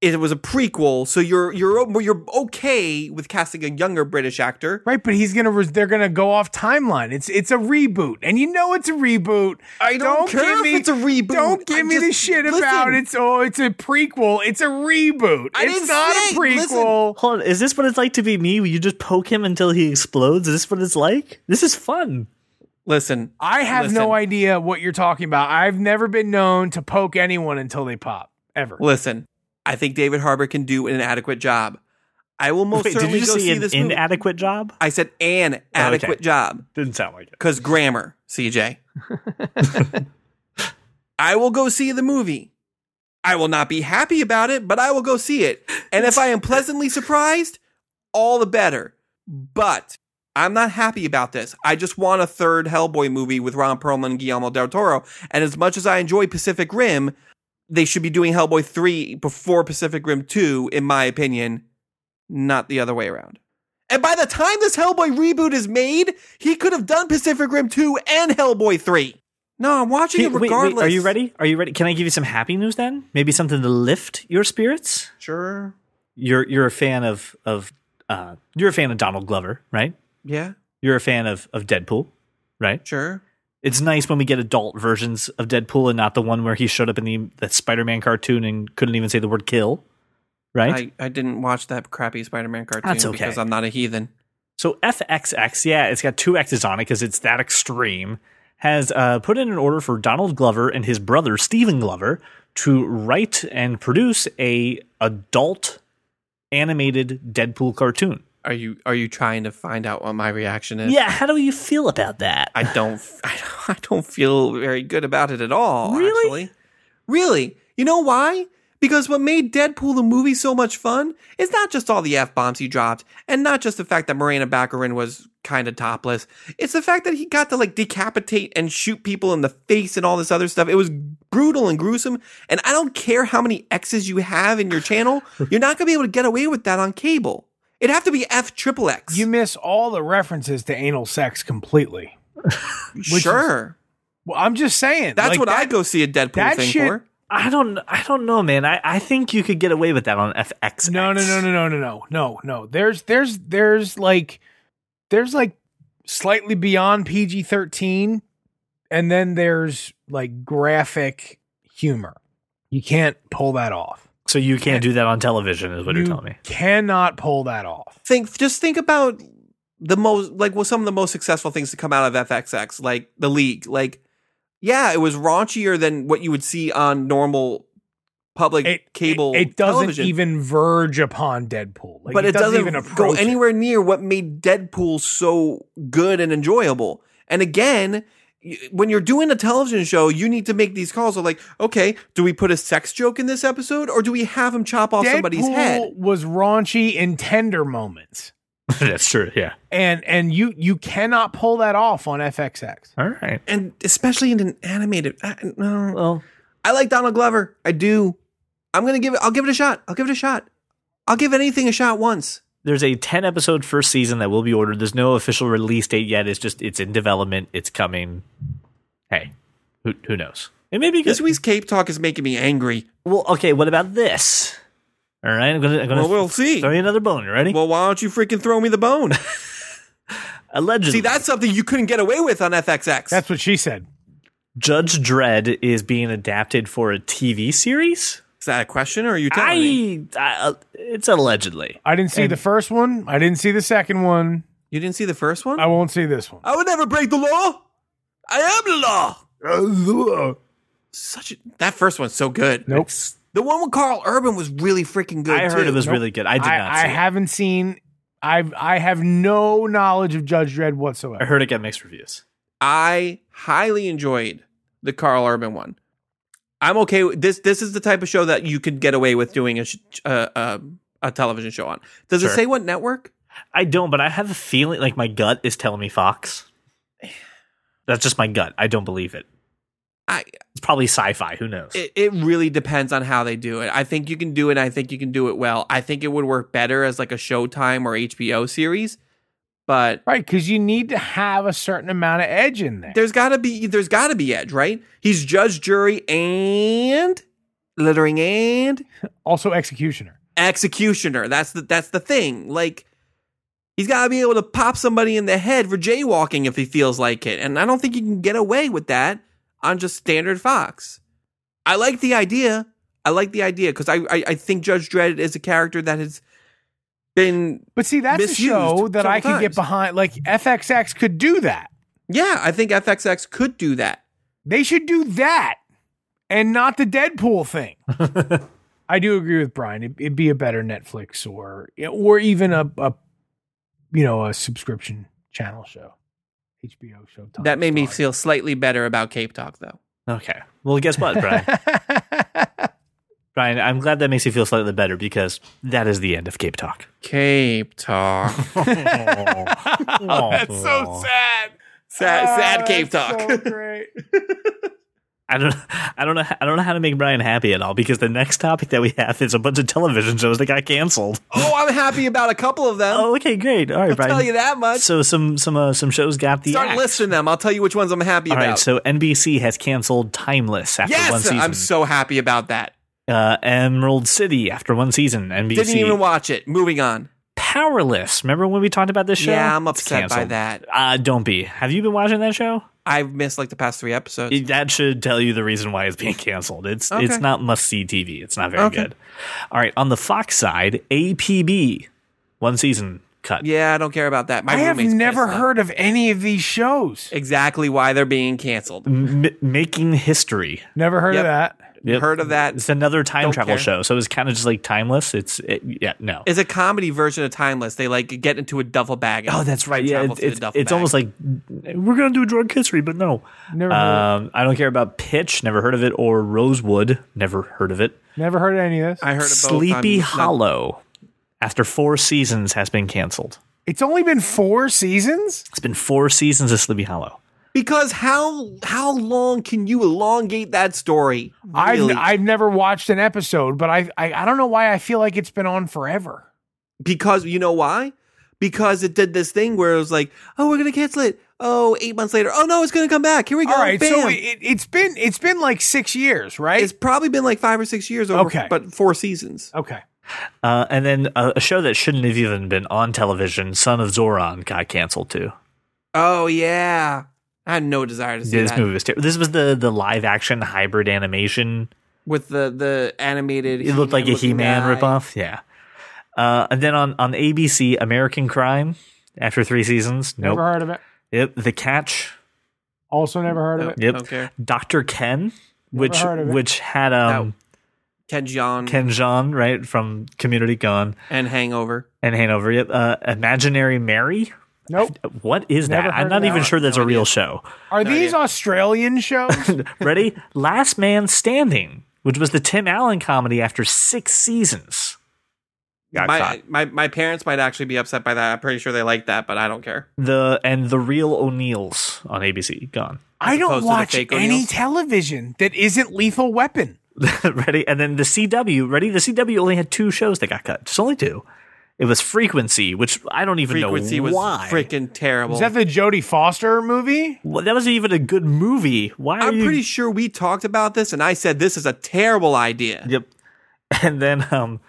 S2: it was a prequel, so you're you're you're okay with casting a younger British actor.
S3: Right, but he's gonna. Res- they're gonna go off timeline. It's it's a reboot, and you know it's a reboot.
S2: I don't
S3: give
S2: care if it's a reboot.
S3: Don't give
S2: I
S3: me
S2: just-
S3: the shit
S2: listen.
S3: about it's oh, it's a prequel. It's a reboot.
S2: I
S3: it's
S2: didn't
S3: not
S2: say-
S3: a prequel.
S1: Hold on, is this what it's like to be me? Will you just poke him until he explodes? Is this what it's like? This is fun.
S2: Listen,
S3: I have
S2: Listen.
S3: no idea what you're talking about. I've never been known to poke anyone until they pop ever.
S2: listen. I think David Harbour can do an adequate job. I will most
S1: Wait, did
S2: certainly
S1: you
S2: go
S1: see
S2: see
S1: an
S2: this movie.
S1: inadequate job?
S2: I said an adequate job
S1: Didn't sound like it.
S2: because grammar, <laughs> CJ. I will go see the movie. I will not be happy about it, but I will go see it. And if I am pleasantly surprised, all the better. But I'm not happy about this. I just want a third Hellboy movie with Ron Perlman and Guillermo del Toro. And as much as I enjoy Pacific Rim, they should be doing Hellboy 3 before Pacific Rim 2, in my opinion, not the other way around. And by the time this Hellboy reboot is made, he could have done Pacific Rim 2 and Hellboy 3. No, I'm watching
S1: Hey,
S2: it
S1: wait, wait,
S2: regardless.
S1: are you ready? Are you ready? Can I give you some happy news then? Maybe something to lift your spirits?
S2: Sure.
S1: You're you're a fan of of uh, you're a fan of Donald Glover, right?
S2: Yeah,
S1: You're a fan of of Deadpool, right?
S2: sure.
S1: It's nice when we get adult versions of Deadpool and not the one where he showed up in the that Spider-Man cartoon and couldn't even say the word kill, right?
S2: I, I didn't watch that crappy Spider-Man cartoon
S1: That's okay.
S2: because I'm not a heathen.
S1: So FXX, yeah, it's got two X's on it because it's that extreme, has uh, put in an order for Donald Glover and his brother Stephen Glover to write and produce a adult animated Deadpool cartoon.
S2: Are you are you trying to find out what my reaction is?
S1: Yeah, how do you feel about that?
S2: I don't <laughs> I don't, I don't feel very good about it at all,
S1: Really?
S2: actually. Really? You know why? Because what made Deadpool the movie so much fun is not just all the F bombs he dropped, and not just the fact that Miranda Baccarin was kind of topless. It's the fact that he got to like decapitate and shoot people in the face and all this other stuff. It was brutal and gruesome, and I don't care how many X's you have in your
S3: <laughs>
S2: channel, you're not gonna be able to get away with that on cable. It'd have to be F triple X.
S3: You miss all the references to anal sex completely.
S2: sure.
S3: Well, I'm just saying.
S2: That's
S3: like,
S2: what
S3: that-
S2: I go see a Deadpool
S3: that
S2: thing
S3: shit-
S2: for.
S1: I don't. I don't know, man. I, I think you could get away with that on FX.
S3: No, no, no, no, no, no, no, no, no. There's, there's, there's like, there's like slightly beyond PG 13, and then there's like graphic humor. You can't pull that off.
S1: So you can't do that on television, is what
S3: you
S1: you're telling me. <laughs>
S3: Cannot pull that off.
S2: Think just think about the most like well, some of the most successful things to come out of FXX, like the league. Like, yeah, it was raunchier than what you would see on normal public
S3: It
S2: cable.
S3: It, it doesn't
S2: television.
S3: even verge upon Deadpool. Like,
S2: but it doesn't,
S3: even approach
S2: go
S3: it.
S2: anywhere near what made Deadpool so good and enjoyable. And again, y- when you're doing a television show, you need to make these calls of like, okay, do we put a sex joke in this episode or do we have him chop off
S3: Deadpool
S2: somebody's head?
S3: was raunchy in tender moments,
S1: That's true. Yeah.
S3: and and you you cannot pull that off on FXX.
S1: All right.
S2: And especially in an animated, I, no.
S1: Well,
S2: I like Donald Glover. I do. I'm gonna give it. I'll give it a shot. I'll give it a shot. I'll give anything a shot once.
S1: there's a 10 episode first season that will be ordered. There's no official release date yet. It's just it's in development. It's coming. Hey, who who knows? It may be good.
S2: This week's Cape Talk is making me angry.
S1: well, okay. What about this? All right. I'm gonna. I'm gonna
S2: Well, we'll see.
S1: throw you another bone. You ready?
S2: Well, why don't you freaking throw me
S1: <laughs>
S2: the bone?
S1: Allegedly,
S2: See, that's something you couldn't get away with on FXX.
S3: That's what she said.
S1: Judge Dredd is being adapted for a TV series.
S2: Is that a question or are you telling me?
S1: I, I uh, it's allegedly.
S3: I didn't see the first one. I didn't see the second one.
S2: You didn't see the first one?
S3: I won't see this one.
S2: I would never break the law. I am the law. Such a, that first one's so good.
S3: Nope.
S2: The one with Carl Urban was really freaking good.
S1: I heard
S2: too.
S1: it was
S3: Nope.
S1: really good. I did
S3: I,
S1: not.
S3: I
S1: see it.
S3: haven't seen. I've I have no knowledge of Judge Dredd
S1: I
S3: whatsoever.
S1: heard it got mixed reviews.
S2: I highly enjoyed the Carl Urban one. I'm okay with this. This is the type of show that you could get away with doing a sh- uh, uh, a television show on. Does it
S1: Sure.
S2: say what network?
S1: I don't, but I have a feeling like my gut is telling me Fox. <sighs> That's just my gut. I don't believe it.
S2: I
S1: It's probably sci-fi. Who knows?
S2: it, it really depends on how they do it. I think you can do it. I think you can do it well. I think it would work better as like a Showtime or HBO series, but
S3: Right, because you need to have a certain amount of edge in there.
S2: there's gotta be there's gotta be edge, right? He's judge, jury, and littering and
S3: Also, executioner.
S2: executioner. That's the that's the thing. Like he's gotta be able to pop somebody in the head for jaywalking if he feels like it. And I don't think you can get away with that on just standard Fox. I like the idea. I like the idea because I, I I think Judge Dredd is a character that has been
S3: But see, that's a
S2: Misused
S3: show that I
S2: several
S3: can get
S2: times.
S3: behind. Like FXX could do that.
S2: yeah. I think FXX could do that.
S3: They should do that, and not the Deadpool thing. I do agree with Brian. It, it'd be a better Netflix or or even a, a you know a subscription channel show, HBO show.
S2: That made me feel slightly better about Cape Talk though.
S1: Okay. Well, guess what,
S2: <laughs>
S1: Brian? Brian, I'm glad that makes you feel slightly better because that is the end of Cape
S2: <laughs>
S1: Talk.
S2: Cape Talk.
S3: <laughs> that's so sad.
S2: Sad,
S3: Ah,
S2: sad Cape
S3: that's
S2: Talk. <laughs>
S3: so great.
S1: I don't. I don't know. I don't know how to make Brian happy at all because the next topic that we have is a bunch of television shows that got
S2: <laughs>
S1: canceled.
S2: oh, I'm happy about a couple of them.
S1: Oh, okay, great. All right,
S2: I'll
S1: Brian.
S2: tell you that much.
S1: So some some uh, some shows got the
S2: Start
S1: axe.
S2: listing them. I'll tell you which ones I'm happy
S1: All
S2: about.
S1: right, so NBC has canceled Timeless after one
S2: yes,
S1: season.
S2: I'm so happy about that.
S1: uh, Emerald City after one season. NBC
S2: Didn't even watch it. Moving on.
S1: Powerless. Remember when we talked about this show?
S2: Yeah, I'm
S1: It's
S2: upset by
S1: canceled.
S2: that.
S1: Uh, don't be. Have you been watching that show?
S2: I've missed like the past three episodes.
S1: It- that should tell you the reason why it's being canceled. It's
S2: Okay.
S1: it's not must see TV. It's not very
S2: Okay.
S1: good. All right, on the Fox side, APB, one season cut.
S2: yeah, I don't care about that. My
S3: I have
S2: roommate's
S3: never
S2: pissed.
S3: heard of any of these shows.
S2: exactly why they're being canceled.
S1: M- making history.
S3: Never heard
S2: Yep.
S3: of that.
S1: Mm, Yep.
S2: Heard of that?
S1: It's another time
S2: Don't
S1: travel
S2: care.
S1: show, so it's kind of just like timeless. It's it, yeah, no.
S2: It's a comedy version of Timeless. They like get into a duffel bag. And
S1: Oh, that's right. Yeah,
S2: travel
S1: it's
S2: through the
S1: it's,
S2: duffel
S1: it's
S2: bag.
S1: almost like we're gonna do drug history, but no.
S3: Never heard of
S1: Um, I don't care about Pitch. Never heard of it. Or Rosewood. Never heard of it.
S3: Never heard of any of this.
S2: I heard of both.
S1: Sleepy
S2: I'm not-
S1: Hollow, after four seasons, has been canceled.
S3: It's only been four seasons.
S1: It's been four seasons of Sleepy Hollow.
S2: Because how how long can you elongate that story? Really?
S3: I've I've never watched an episode, but I, I I don't know why I feel like it's been on forever.
S2: because you know why? Because it did this thing where it was like, oh, we're gonna cancel it. oh, eight months later, oh no, it's going to come back. Here we go.
S3: All right, so
S2: Bam.
S3: it, it's been it's been like six years, right?
S2: it's probably been like five or six years over,
S3: Okay.
S2: but four seasons.
S3: okay.
S1: Uh, and then a, a show that shouldn't have even been on television, Son of Zoran, got canceled too.
S2: Oh yeah, I had no desire to see
S1: this
S2: that
S1: movie was terrible. This was the the live action hybrid animation.
S2: with the the animated.
S1: It looked like a He Man ripoff. Yeah. Uh, and then on on ABC, American Crime. After three seasons, nope.
S3: Never heard of it.
S1: Yep. The Catch.
S3: Also, never heard of it.
S1: Yep.
S2: Okay.
S1: Doctor Ken, which
S3: heard of it.
S1: which had um
S2: Ted John
S1: Ken Jean right from Community Gone
S2: and Hangover.
S1: and Hanover. Yep. Uh, Imaginary Mary.
S3: Nope.
S1: What is
S3: Never
S1: that?
S3: heard
S1: I'm
S3: of
S1: not
S3: that
S1: even
S3: one.
S1: sure that's a real show.
S3: Are these Australian
S2: <laughs>
S3: shows?
S1: Ready? <laughs> Last Man Standing, which was the Tim Allen comedy after six seasons. Got caught.
S2: My, my my parents might actually be upset by that. I'm pretty sure they like that, but I don't care.
S1: The and the real O'Neills on ABC gone. <laughs>
S3: I
S2: opposed
S3: don't
S2: to the
S3: watch
S2: fake
S3: any
S2: O'Neills?
S3: television that isn't Lethal Weapon.
S1: ready? And then the CW, ready? The CW only had two shows that got cut. Just only two. It was Frequency, which I don't even
S2: Frequency
S1: know
S2: was
S1: why.
S2: freaking terrible.
S3: Is that the Jodie Foster movie?
S1: Well, that wasn't even a good movie. Why are
S2: I'm
S1: you?
S2: pretty sure we talked about this, and I said this is a terrible idea.
S1: yep. <laughs> And then um,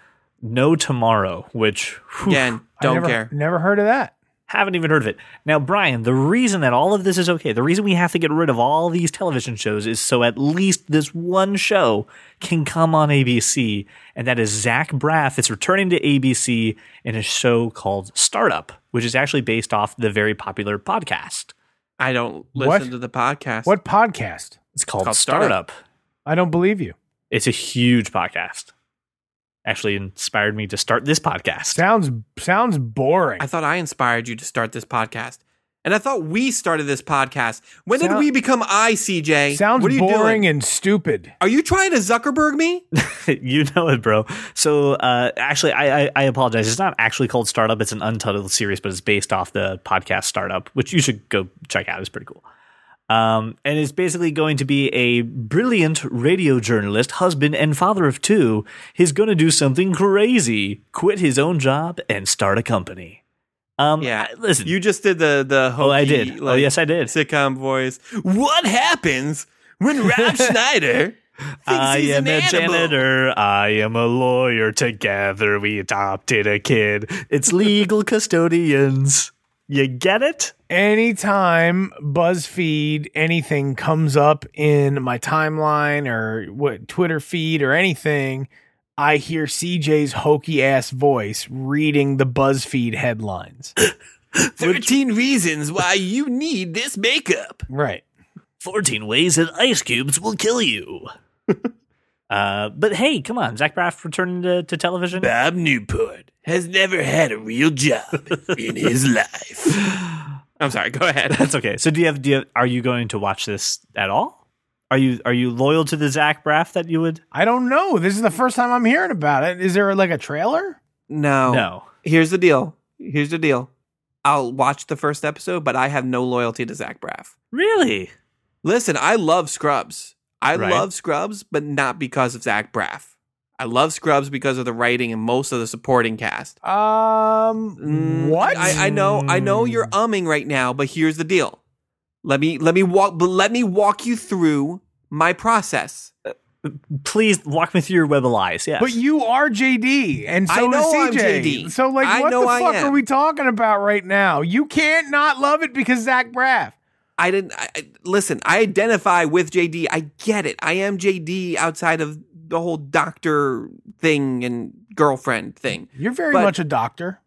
S1: No Tomorrow, which whew,
S2: Again,
S3: I
S2: don't
S3: never,
S2: care.
S3: Never heard of that.
S1: haven't even heard of it. Now, Brian, the reason that all of this is okay, the reason we have to get rid of all these television shows is so at least this one show can come on ABC, and that is Zach Braff is returning to ABC in a show called Startup, which is actually based off the very popular podcast.
S2: I don't listen
S3: What?
S2: to the podcast.
S3: What podcast?
S1: It's called,
S2: called
S1: Startup.
S2: Startup.
S3: I don't believe you.
S1: It's a huge podcast. Actually inspired me to start this podcast.
S3: Sounds sounds boring.
S2: I thought I inspired you to start this podcast, and I thought we started this podcast. When did
S3: Sound-
S2: we become I, CJ?
S3: Sounds
S2: what are you
S3: boring
S2: Doing?
S3: and stupid.
S2: Are you trying to
S1: <laughs>
S2: Zuckerberg me?
S1: you know it, bro. So uh, actually, I, I I apologize. It's not actually called Startup. It's an untitled series, but it's based off the podcast Startup, which you should go check out. It's pretty cool. Um, and it's basically going to be a brilliant radio journalist, husband, and father of two. He's going to do something crazy, quit his own job, and start a company. Um,
S2: Yeah.
S1: I- listen,
S2: You just did the the
S1: Oh, I
S2: hokey,
S1: did. oh,
S2: like,
S1: yes, I did.
S2: sitcom voice. What happens when
S1: <laughs>
S2: Rob Schneider thinks
S1: I
S2: he's
S1: am
S2: an
S1: a
S2: animal?
S1: janitor. I am a lawyer. Together we adopted a kid. It's legal <laughs> custodians. You get it?
S3: Anytime BuzzFeed anything comes up in my timeline or what Twitter feed or anything, I hear CJ's hokey ass voice reading the
S2: <coughs>
S3: BuzzFeed headlines.
S2: Thirteen reasons why you need this makeup.
S3: right.
S1: 14 ways that ice cubes will kill <laughs> you. uh, but hey, come on. Zach Braff returning to, to television.
S2: Bob Newport has never had a real job in <laughs> his life. I'm sorry. Go ahead.
S1: That's okay. So do you have do you have, are you going to watch this at all? Are you are you loyal to the Zach Braff that you would?
S3: I don't know. This is the first time I'm hearing about it. Is there like a trailer?
S2: <laughs> No.
S1: No.
S2: Here's the deal. Here's the deal. I'll watch the first episode, but I have no loyalty to Zach Braff.
S1: Really?
S2: Listen, I love Scrubs. I
S1: Right.
S2: love Scrubs, but not because of Zach Braff. I love Scrubs because of the writing and most of the supporting cast.
S3: Um,
S2: Mm,
S3: what?
S2: I, I know, I know you're umming right now, but here's the deal. Let me let me walk but let me walk you through my process.
S1: Please walk me through your web of lies. Yes.
S3: But you are JD, and so
S2: I know
S3: is
S2: I'm
S3: CJ.
S2: JD.
S3: So, like,
S2: I
S3: what
S2: know
S3: the
S2: I
S3: fuck
S2: am.
S3: are we talking about right now? You can't not love it because Zach Braff.
S2: I didn't I, I- listen. I identify with JD. I get it. I am JD outside of the whole doctor thing and girlfriend thing.
S3: You're very
S2: But-
S3: much a doctor.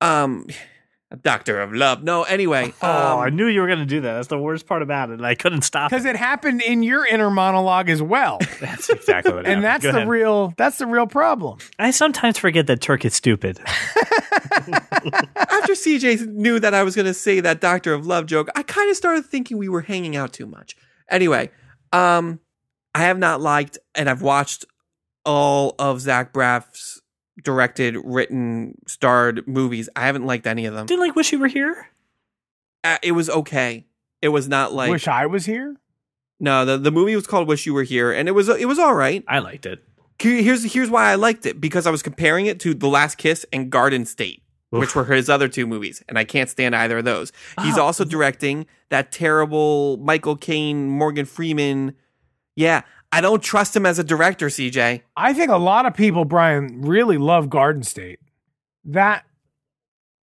S2: Um, <sighs> a doctor of love. No, anyway.
S1: <laughs> Oh, I
S2: um,
S1: knew you were going to do that. That's the worst part about it. And I couldn't stop it.
S3: Because it happened in your inner monologue
S1: <laughs>
S3: as well,
S1: That's exactly
S3: <laughs>
S1: what
S3: and that's the real that's the real problem.
S1: I sometimes forget that Turk is stupid.
S2: after CJ knew that I was going to say that doctor of love joke, I kind of started thinking we were hanging out too much. Anyway, um, I have not liked and I've watched all of Zach Braff's directed, written, starred movies. I haven't liked any of them.
S1: Didn't like wish you were here.
S2: Uh, it was okay. It was not like
S3: Wish I was here.
S2: no. The, the movie was called "Wish You Were Here," and it was it was all right.
S1: I liked it.
S2: Here- Here's here's why I liked it because I was comparing it to The Last Kiss and Garden State. which were his other two movies, and I can't stand either of those.
S3: Ah,
S2: He's
S1: Oh.
S2: also directing that terrible Michael Caine, Morgan Freeman. Yeah, I don't trust him as a director, CJ.
S3: I think a lot of people, Brian, really love Garden State. That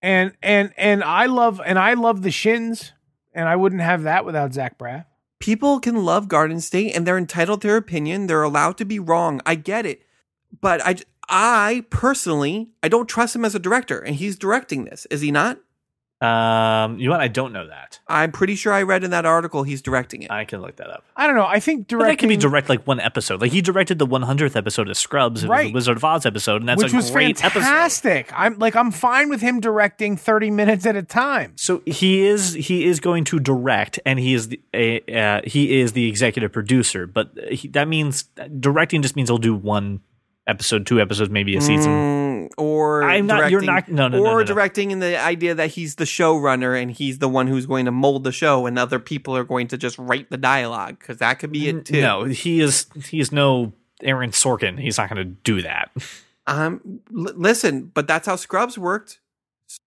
S3: and and and I love and I love the Shins, and I wouldn't have that without Zach Braff.
S2: People can love Garden State and they're entitled to their opinion. They're allowed to be wrong. I get it. But I, I personally, I don't trust him as a director, and he's directing this, is he not?
S1: Um, you know what? I don't know that.
S2: I'm pretty sure I read in that article he's directing it.
S1: I can look that up.
S3: I don't know. I think
S1: But that
S3: directing
S1: can be direct like one episode. Like he directed the 100th episode of Scrubs, and it was
S3: Right.
S1: the Wizard of Oz episode, and that's
S3: which
S1: a
S3: was
S1: great episode.
S3: fantastic. I'm like I'm fine with him directing 30 minutes at a time.
S1: So he is he is going to direct, and he is the uh, uh, he is the executive producer. But he, that means directing just means he'll do one episode, two episodes, maybe a season.
S2: Mm, or
S1: I'm not- you're
S2: directing-
S1: not- no, no,
S2: or
S1: no, no, no.
S2: directing in the idea that he's the showrunner and he's the one who's going to mold the show, and other people are going to just write the dialogue because that could be it too.
S1: No, he is he is no Aaron Sorkin. He's not going to do that.
S2: Um, l- listen, but that's how Scrubs worked.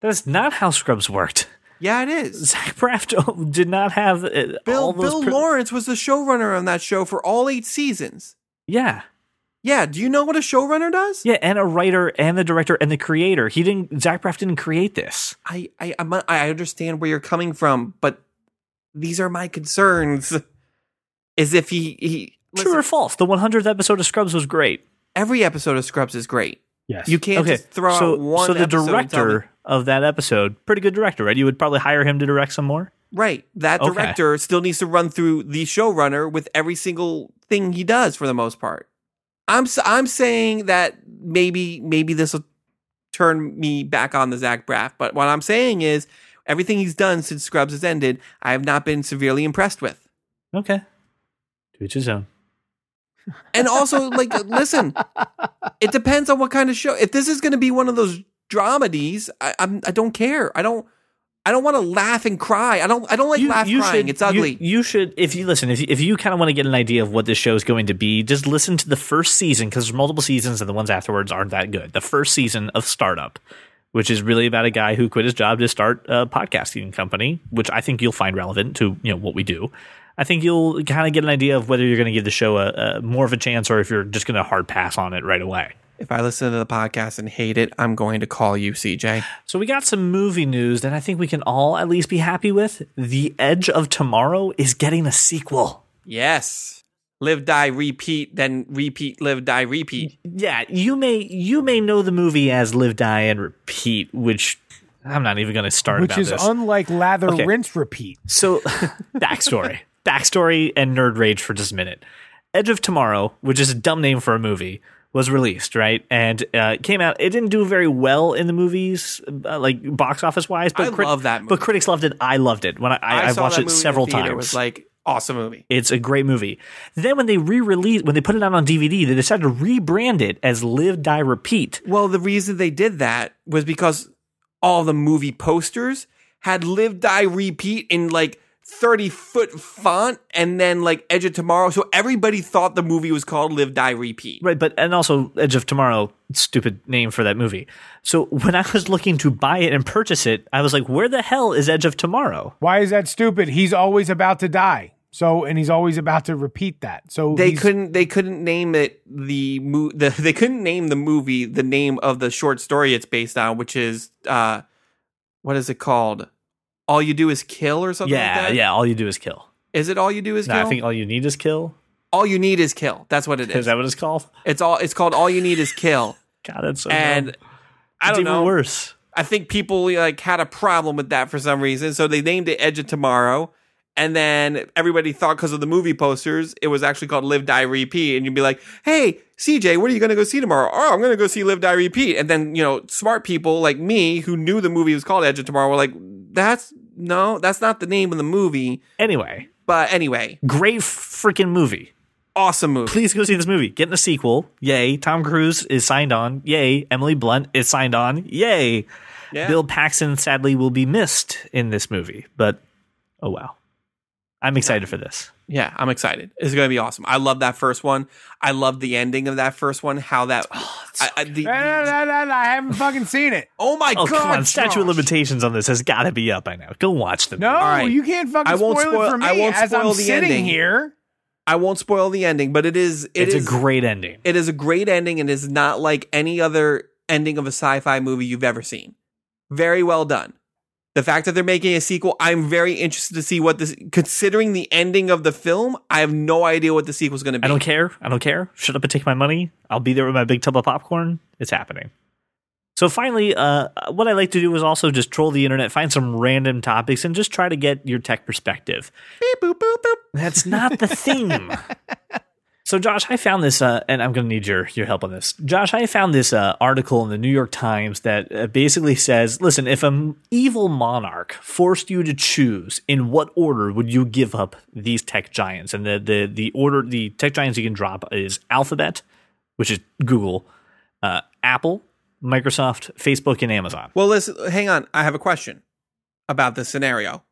S1: That's not how Scrubs worked. <laughs>
S2: Yeah, it is.
S1: Zach Braff <laughs> did not have uh,
S2: Bill
S1: all those
S2: Bill
S1: pri-
S2: Lawrence was the showrunner on that show for all eight seasons.
S1: Yeah,
S2: Yeah, do you know what a showrunner does?
S1: yeah, and a writer, and the director, and the creator. He didn't. Zach Braff didn't create this.
S2: I I I'm, I understand where you're coming from, but these are my concerns. Is if he he
S1: True
S2: listen,
S1: or false? The 100th episode of Scrubs was great.
S2: every episode of Scrubs is great.
S3: Yes.
S2: You can't just throw
S1: so
S2: out one.
S1: so the
S2: episode and tell me-
S1: director of that episode, pretty good director, right? You would probably hire him to direct some more.
S2: right? That
S1: Okay.
S2: director still needs to run through the showrunner with every single thing he does for the most part. I'm s- I'm saying that maybe maybe this will turn me back on the Zach Braff, but what I'm saying is everything he's done since Scrubs has ended, I have not been severely impressed with.
S1: Okay, to each his own.
S2: And also, like, uh, listen, it depends on what kind of show. If this is going to be one of those dramedies, I, I'm I don't care. I don't I don't want to laugh and cry. I don't I don't like laugh crying. it's
S1: you-
S2: ugly.
S1: You, should, if you listen, if you, if you kind of want to get an idea of what this show is going to be, just listen to the first season because there's multiple seasons and the ones afterwards aren't that good. The first season of Startup, which is really about a guy who quit his job to start a podcasting company, which I think you'll find relevant to you know what we do. I think you'll kind of get an idea of whether you're going to give the show a, a more of a chance or if you're just going to hard pass on it right away.
S2: if I listen to the podcast and hate it, I'm going to call you, CJ.
S1: So we got some movie news that I think we can all at least be happy with. The Edge of Tomorrow is getting a sequel.
S2: Yes. Live, die, repeat, then repeat, live, die, repeat.
S1: yeah, you may you may know the movie as Live, Die, and Repeat, which I'm not even going to start
S3: which
S1: about
S3: is
S1: this.
S3: unlike lather
S1: Okay.
S3: rinse repeat.
S1: so, <laughs> backstory, backstory, and nerd rage for just a minute. Edge of Tomorrow, which is a dumb name for a movie, was released right and uh, it came out. It didn't do very well in the movies, uh, like box office wise. But
S2: I love that movie.
S1: But critics loved it. I loved it when I, I, have watched it several times.
S2: It was like awesome movie.
S1: It's a great movie. Then when they re-released, when they put it out on DVD, they decided to rebrand it as Live, Die, Repeat.
S2: Well, the reason they did that was because all the movie posters had live, die, repeat in like 30 foot font and then like Edge of Tomorrow. So everybody thought the movie was called Live, Die, Repeat.
S1: Right, but and also Edge of Tomorrow, stupid name for that movie. So when I was looking to buy it and purchase it, I was like, where the hell is Edge of Tomorrow?
S3: Why is that stupid? He's always about to die. So and he's always about to repeat that. So
S2: They
S3: he's-
S2: couldn't. They couldn't name it the, mo- <laughs> the They couldn't name the movie the name of the short story it's based on, which is uh, what is it called? All you do is kill, or something.
S1: yeah,
S2: like that?
S1: yeah, all you do is kill.
S2: Is it all you do is
S1: No,
S2: kill?
S1: I think all you need is kill.
S2: all you need is kill. That's what it
S1: Is
S2: is.
S1: that what it's called?
S2: It's all. It's called all you need
S1: <laughs>
S2: is kill.
S1: God, that's so dumb.
S2: and
S1: It's
S2: I don't
S1: even
S2: know.
S1: worse.
S2: I think people like had a problem with that for some reason, so they named it Edge of Tomorrow. And then everybody thought because of the movie posters, it was actually called Live Die Repeat. And you'd be like, "Hey, CJ, what are you going to go see tomorrow? Oh, I'm going to go see Live Die Repeat." And then you know, smart people like me who knew the movie was called Edge of Tomorrow were like, "That's no, that's not the name of the movie."
S1: Anyway,
S2: But anyway,
S1: great freaking movie.
S2: awesome movie.
S1: Please go see this movie. Getting a sequel. Yay. Tom Cruise is signed on. Yay. Emily Blunt is signed on. Yay.
S2: Yeah.
S1: Bill Paxton sadly will be missed in this movie, but oh wow. I'm excited for this.
S2: Yeah, I'm excited. It's going to be awesome. I love that first one. I love the ending of that first one. How that.
S1: Oh,
S2: I, I, the,
S3: No, no,
S2: the-
S3: no, no, no, I haven't fucking seen it.
S2: oh my
S1: Oh
S2: god!
S1: come on, statute of
S2: Josh.
S1: limitations on this has got to be up by now. Go watch the
S3: No,
S1: movie.
S2: right.
S3: you can't fucking
S2: I won't
S3: spoil, it
S2: spoil-
S3: for me
S2: I won't
S3: as I'm
S2: spoil the
S3: sitting
S2: ending.
S3: here.
S2: I won't spoil the ending, but it is. it
S1: it's
S2: is-
S1: a great ending.
S2: It is a great ending, and is not like any other ending of a sci-fi movie you've ever seen. Very well done. The fact that they're making a sequel, I'm very interested to see what this. Considering the ending of the film, I have no idea what the sequel's going to be.
S1: I don't care. I don't care. Shut up and take my money. I'll be there with my big tub of popcorn. It's happening. So finally, uh, what I like to do is also just troll the internet, find some random topics, and just try to get your tech perspective.
S2: Beep, boop, boop, boop.
S1: That's not the theme. <laughs> so, Josh, I found this, uh, and I'm going to need your your help on this. Josh, I found this uh, article in the New York Times that uh, basically says, "Listen, if an evil monarch forced you to choose, in what order would you give up these tech giants?" And the the the order the tech giants you can drop is Alphabet, which is Google, uh, Apple, Microsoft, Facebook, and Amazon.
S2: Well, listen, hang on. I have a question about this scenario.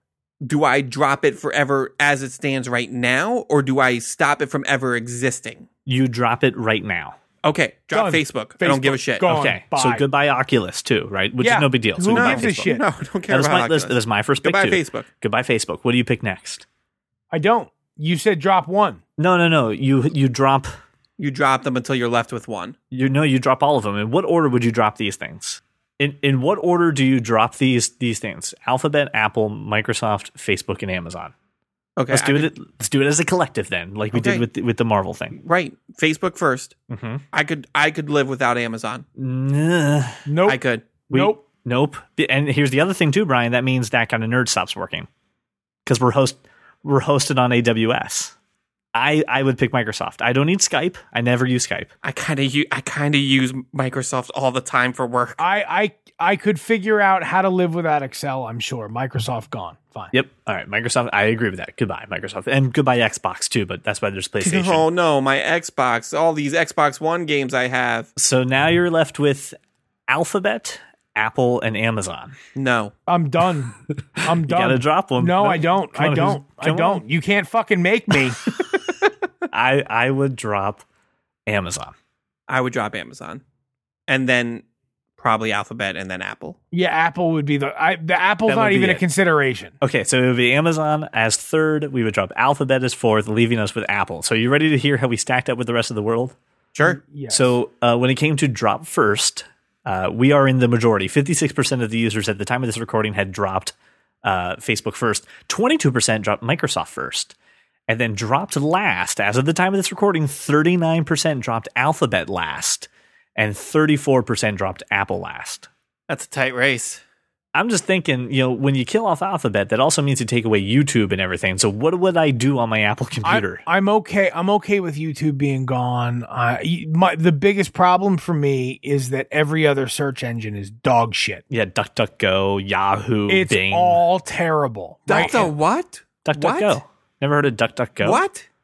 S2: Do I drop it forever as it stands right now, or do I stop it from ever existing?
S1: You drop it right now.
S2: Okay, drop
S3: Done.
S2: Facebook. I don't give a
S3: Facebook,
S2: shit.
S3: gone.
S1: Okay,
S3: Bye.
S1: so goodbye Oculus too, right? Which
S3: Yeah.
S1: is no big deal. So
S3: Who
S1: goodbye
S3: gives a
S1: Facebook.
S3: shit?
S2: No, I don't care
S1: That was
S2: about
S1: my
S2: Oculus.
S1: list. That was my first pick
S2: Goodbye,
S1: too.
S2: Facebook.
S1: Goodbye Facebook. What do you pick next?
S3: I don't. You said drop one.
S1: No, no, no. You you drop.
S2: You drop them until you're left with one.
S1: You no. You drop all of them. In what order would you drop these things? In in what order do you drop these these things? Alphabet, Apple, Microsoft, Facebook, and Amazon.
S2: Okay,
S1: Let's
S2: I
S1: do
S2: could-
S1: it. Let's do it as a collective then, like we
S2: Okay.
S1: did with the, with the Marvel thing.
S2: Right, Facebook first.
S1: Mm-hmm.
S2: I could I could live without Amazon.
S3: Nope.
S2: I could.
S3: Nope.
S1: Nope. And here's the other thing too, Brian. That means that kind of nerd stops working because we're host we're hosted on AWS. I I would pick Microsoft. I don't need Skype. I never use Skype.
S2: I kind of u- I kind of use Microsoft all the time for
S3: <laughs>
S2: work.
S3: I, I I could figure out how to live without Excel, I'm sure. Microsoft gone. Fine.
S1: Yep. All right. Microsoft. I agree with that. Goodbye, Microsoft, and goodbye Xbox too. But that's why there's PlayStation.
S2: Oh no, my Xbox, all these Xbox One games I have.
S1: So now you're left with Alphabet, Apple, and Amazon.
S2: No.
S3: I'm done. I'm done.
S1: gotta drop one.
S3: No,
S1: No,
S3: I don't.
S1: come
S3: I
S1: on,
S3: don't.
S1: who's-
S3: I
S1: come
S3: don't. You can't fucking make me.
S1: I I would drop Amazon.
S2: I would drop Amazon, and then probably Alphabet, and then Apple.
S3: yeah, Apple would be the I the Apple's
S1: That would
S3: not
S1: be
S3: even a
S1: it.
S3: consideration.
S1: Okay, so it would be Amazon as third. We would drop Alphabet as fourth, leaving us with Apple. So you ready to hear how we stacked up with the rest of the world?
S2: Sure.
S3: Yes.
S1: So uh, when it came to drop first, uh, we are in the majority. Fifty-six percent of the users at the time of this recording had dropped uh, Facebook first. Twenty-two percent dropped Microsoft first, and then dropped last as of the time of this recording. Thirty-nine percent dropped Alphabet last, and thirty-four percent dropped Apple last.
S2: That's a tight race.
S1: I'm just thinking, you know, when you kill off Alphabet, that also means you take away YouTube and everything. So what would I do on my <laughs> Apple computer?
S3: I, am okay. I'm okay with YouTube being gone. Uh, y- my, the biggest problem for me is that every other search engine is dog shit.
S1: yeah, DuckDuckGo, Yahoo,
S3: It's
S1: Bing,
S3: all terrible.
S2: That's
S3: right?
S2: a what? what?
S1: DuckDuckGo. Never heard of DuckDuckGo?
S2: What?
S1: <laughs>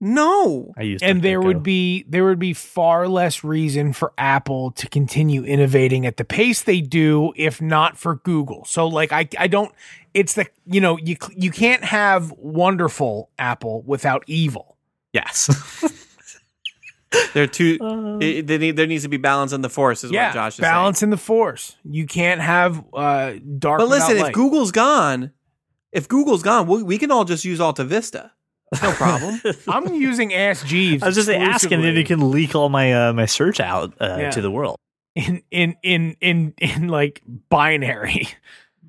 S2: No.
S1: I used
S3: and there
S1: DuckDuckGo.
S3: would be there would be far less reason for Apple to continue innovating at the pace they do if not for Google. So like I I don't it's the you know you cl- you can't have wonderful Apple without evil. <laughs>
S1: yes. <laughs>
S2: There are two.
S1: Uh,
S2: it- there need- there needs to be balance in the force, is what Josh is saying.
S3: balance in the force. You can't have uh dark
S2: But listen,
S3: without
S2: if
S3: light.
S2: Google's gone, if Google's gone, we, we can all just use Alta Vista. No problem.
S3: <laughs> I'm using Ask Jeeves.
S1: I was just asking, then
S3: exclusively
S1: you can leak all my uh, my search out uh,
S3: Yeah.
S1: to the world.
S3: in in in in in like
S1: <laughs>
S3: binary.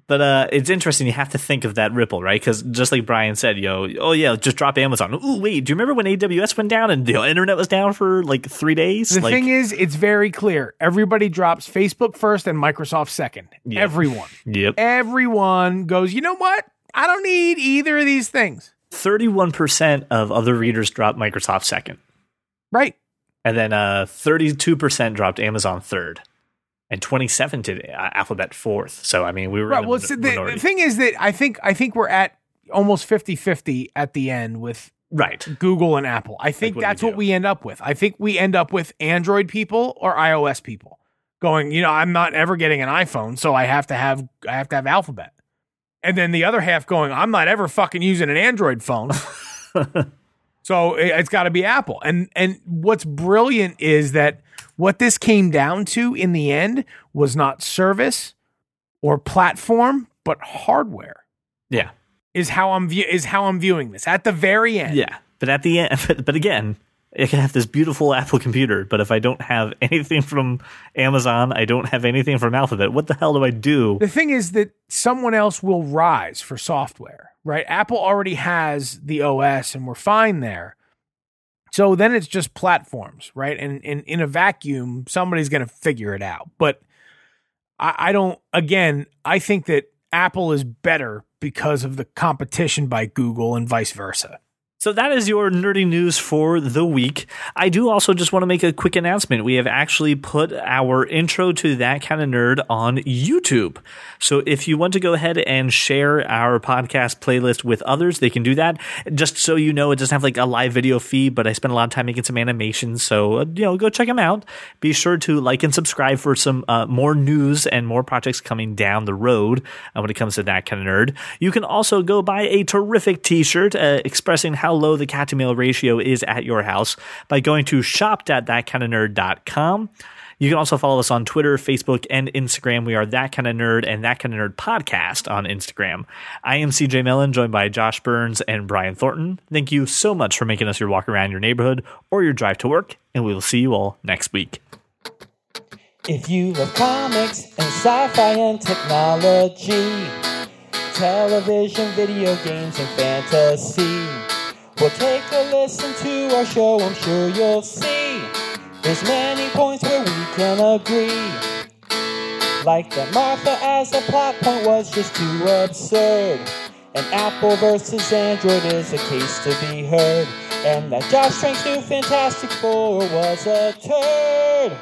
S1: But uh, it's interesting. You have to think of that ripple, right? Because just like Brian said, you know, oh yeah, just drop Amazon. Ooh, wait, do you remember when AWS went down and the internet was down for like three days?
S3: The
S1: like,
S3: thing is, it's very clear. Everybody drops Facebook first and Microsoft second.
S1: Yeah.
S3: Everyone.
S1: yep.
S3: everyone goes, you know what? I don't need either of these things.
S1: Thirty-one percent of other readers dropped Microsoft second,
S3: Right.
S1: and then uh, thirty-two percent dropped Amazon third, and twenty-seven did uh, Alphabet fourth. So I mean, we were
S3: Right.
S1: in
S3: Well,
S1: the
S3: so the, the
S1: minority,
S3: thing is that I think I think we're at almost 50-50 at the end with
S1: right?
S3: Google and Apple. I think
S1: what do we
S3: that's what
S1: do?
S3: we end up with. I think we end up with Android people or iOS people going, you know, I'm not ever getting an iPhone, so I have to have I have to have Alphabet. and then the other half going, I'm not ever fucking using an Android
S1: <laughs>
S3: phone. so it, has got to be Apple. And and what's brilliant is that what this came down to in the end was not service or platform, but hardware
S1: Yeah.
S3: is how I'm view- is how I'm viewing this at the very end.
S1: Yeah. But at the end, <laughs> but, but again, I can have this beautiful Apple computer, but if I don't have anything from Amazon, I don't have anything from Alphabet, what the hell do I do?
S3: The thing is that someone else will rise for software, right? Apple already has the OS and we're fine there. So then it's just platforms, right? And, and in a vacuum, somebody's going to figure it out. But I, I don't, again, I think that Apple is better because of the competition by Google and vice versa.
S1: So that is your nerdy news for the week. I do also just want to make a quick announcement. We have actually put our intro to that kind of nerd on YouTube. So if you want to go ahead and share our podcast playlist with others, they can do that. Just so you know, it doesn't have like a live video feed, but I spent a lot of time making some animations. So, uh, you know, go check them out. Be sure to like and subscribe for some uh, more news and more projects coming down the road uh, when it comes to that kind of nerd. You can also go buy a terrific t shirt uh, expressing how low the cat to male ratio is at your house by going to shop.thatkindofnerd.com. You can also follow us on Twitter, Facebook, and Instagram. We are That Kind of Nerd and That Kind of Nerd Podcast on Instagram. I am CJ Mellon, joined by Josh Burns and Brian Thornton. Thank you so much for making us your walk around your neighborhood or your drive to work, and we will see you all next week.
S4: If you love comics and sci-fi and technology, television, video games, and fantasy, well, take a listen to our show. I'm sure you'll see there's many points where we can agree, like that Martha as a plot point was just too absurd, and Apple versus Android is a case to be heard, and that Josh Trank's new Fantastic Four was a turd.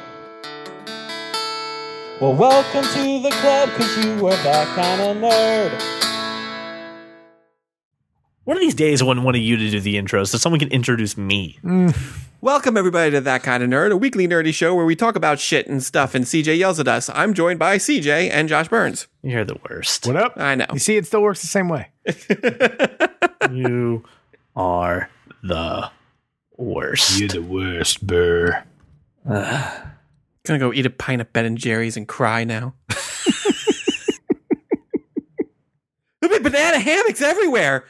S4: Well, welcome to the club, cause you are that kind of nerd.
S1: One of these days, I wouldn't want you to do the intro so someone can introduce me.
S2: Welcome, everybody, to That Kind of Nerd, a weekly nerdy show where we talk about shit and stuff and CJ yells at us. I'm joined by CJ and Josh Burns.
S1: You're the worst.
S3: What up?
S2: I know.
S3: You see, it still works the same way.
S1: You are the worst.
S3: the worst, burr.
S2: Gonna go eat a pint of Ben and Jerry's and cry <laughs> now. There'll be banana hammocks everywhere.